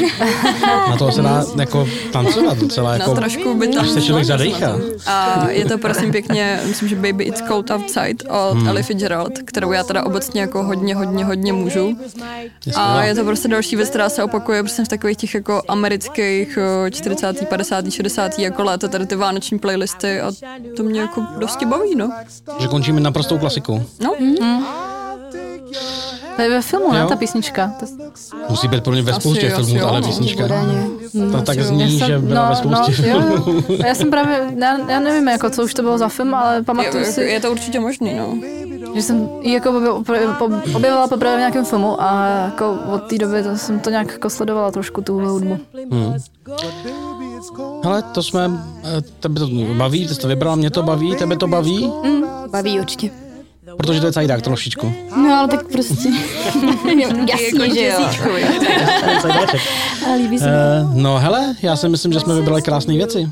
[SPEAKER 1] Na to se dá jako tancovat docela. Jako,
[SPEAKER 7] No trošku by tam
[SPEAKER 1] Až se člověk zadechá.
[SPEAKER 7] A je to prosím pěkně, myslím, že Baby It's Cold Outside od
[SPEAKER 1] Hmm.
[SPEAKER 7] Ellie Fitzgerald, kterou já teda obecně jako hodně, hodně, hodně můžu. A
[SPEAKER 1] Skvělá.
[SPEAKER 7] je to prostě další věc, která se opakuje prostě v takových těch jako amerických eh, 40., 50., 60. jako léta, tady ty vánoční playlisty a to mě jako dosti baví, no.
[SPEAKER 1] Že končíme naprostou klasikou.
[SPEAKER 7] No.
[SPEAKER 2] Mhm.
[SPEAKER 3] To je ve filmu, ne,
[SPEAKER 1] Jo.
[SPEAKER 3] ta písnička? To...
[SPEAKER 1] Musí být pro mě ve
[SPEAKER 3] Asi
[SPEAKER 1] spoustě
[SPEAKER 3] jo,
[SPEAKER 1] filmů,
[SPEAKER 3] asi jo,
[SPEAKER 1] ale
[SPEAKER 3] no.
[SPEAKER 1] písnička.
[SPEAKER 3] Hmm,
[SPEAKER 1] To
[SPEAKER 3] asi
[SPEAKER 1] tak
[SPEAKER 3] jo.
[SPEAKER 1] zní,
[SPEAKER 3] Já
[SPEAKER 1] že
[SPEAKER 3] jsem-
[SPEAKER 1] byla ve spoustě
[SPEAKER 3] no, jo,
[SPEAKER 1] filmů.
[SPEAKER 3] jo. A Já jsem právě, já, já nevím, jako, co už to bylo za film, ale pamatuju
[SPEAKER 7] Je-
[SPEAKER 3] si...
[SPEAKER 7] jako je to určitě možný, no.
[SPEAKER 3] Že jsem ji jako objev- po- objevila poprvé v nějakém filmu a jako od té doby to jsem to nějak jako sledovala trošku tu hudbu.
[SPEAKER 1] Hmm. Hele, to jsme, eh, tebe to baví, ty jsi to vybrala, mě to baví, tebe to baví,
[SPEAKER 2] Mm, baví určitě.
[SPEAKER 1] protože to je cajdák trošičku.
[SPEAKER 2] No, ale tak prostě.
[SPEAKER 7] Jako
[SPEAKER 2] Jasně, No, že jo. Ale líbí se mi.
[SPEAKER 1] Eh, no hele, já si myslím, že jsme vybrali krásné věci.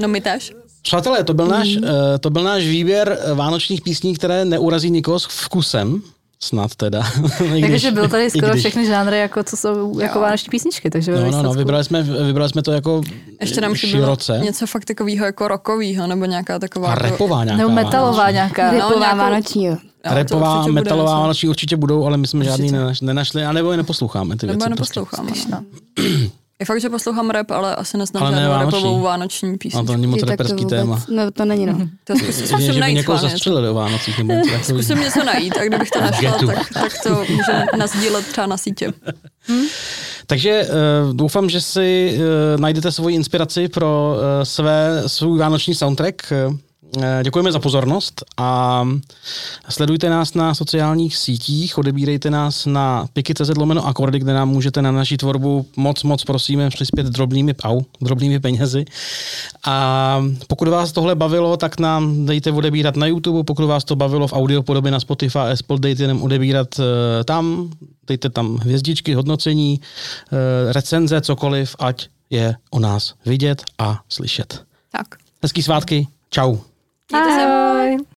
[SPEAKER 7] No my tež.
[SPEAKER 1] Přátelé,
[SPEAKER 7] Mhm.
[SPEAKER 1] to byl, náš, eh, to byl náš výběr eh, vánočních písní, které neurazí nikoho s vkusem. Snad teda. I když-
[SPEAKER 3] Takže byl
[SPEAKER 1] i
[SPEAKER 3] tady skoro
[SPEAKER 1] když.
[SPEAKER 3] všechny žánry, jako co jsou jako vánoční písničky, takže ve
[SPEAKER 1] No, no, no,
[SPEAKER 3] výsledku.
[SPEAKER 1] vybrali jsme, vybrali jsme to jako
[SPEAKER 7] Ještě nám chybělo
[SPEAKER 1] široce.
[SPEAKER 7] něco fakt takového jako rokového, nebo nějaká taková... jako-
[SPEAKER 1] A repová nějaká Nebo
[SPEAKER 2] metalová
[SPEAKER 3] nějaká.
[SPEAKER 2] Repová
[SPEAKER 7] No, nějakou-
[SPEAKER 2] vánoční, jo.
[SPEAKER 7] to
[SPEAKER 1] Repová,
[SPEAKER 7] určitě bude
[SPEAKER 1] metalová,
[SPEAKER 7] něco.
[SPEAKER 1] vánoční určitě budou, ale my jsme žádný
[SPEAKER 7] Určitě.
[SPEAKER 1] nenaš- nenašli, anebo je neposloucháme ty
[SPEAKER 7] Nebo
[SPEAKER 1] věci.
[SPEAKER 7] je
[SPEAKER 1] prostě.
[SPEAKER 7] neposlouchám. no. Je fakt, že poslouchám rap, ale asi neznám
[SPEAKER 1] Ale ne
[SPEAKER 7] žádnou
[SPEAKER 1] vánoční.
[SPEAKER 7] rapovou vánoční písničku.
[SPEAKER 1] A No, to není moc
[SPEAKER 7] Ty, tak
[SPEAKER 1] reperský
[SPEAKER 7] vůbec-
[SPEAKER 1] téma.
[SPEAKER 2] No, to není, no.
[SPEAKER 7] To zkusím
[SPEAKER 1] Jedině,
[SPEAKER 7] jsem
[SPEAKER 1] že by
[SPEAKER 7] najít
[SPEAKER 1] někoho
[SPEAKER 7] chválně.
[SPEAKER 1] zastřelili o Vánocích. Nebo něco takového.
[SPEAKER 7] Zkusím něco najít a kdybych to našla,
[SPEAKER 1] Getu.
[SPEAKER 7] tak, tak to může nasdílet třeba na sítě.
[SPEAKER 1] Takže uh, doufám, že si uh, najdete svoji inspiraci pro uh, své, svůj vánoční soundtrack. Uh, děkujeme za pozornost a sledujte nás na sociálních sítích, odebírejte nás na piky.cz lomeno akordy, kde nám můžete na naší tvorbu moc, moc prosíme přispět drobnými, au, drobnými penězi. A pokud vás tohle bavilo, tak nám dejte odebírat na YouTube, pokud vás to bavilo v audio podobě na Spotify, Apple, dejte nám odebírat eh, tam, dejte tam hvězdičky, hodnocení, eh, recenze, cokoliv, ať je o nás vidět a slyšet.
[SPEAKER 7] Tak.
[SPEAKER 1] Hezký svátky, čau.
[SPEAKER 3] Ahoj.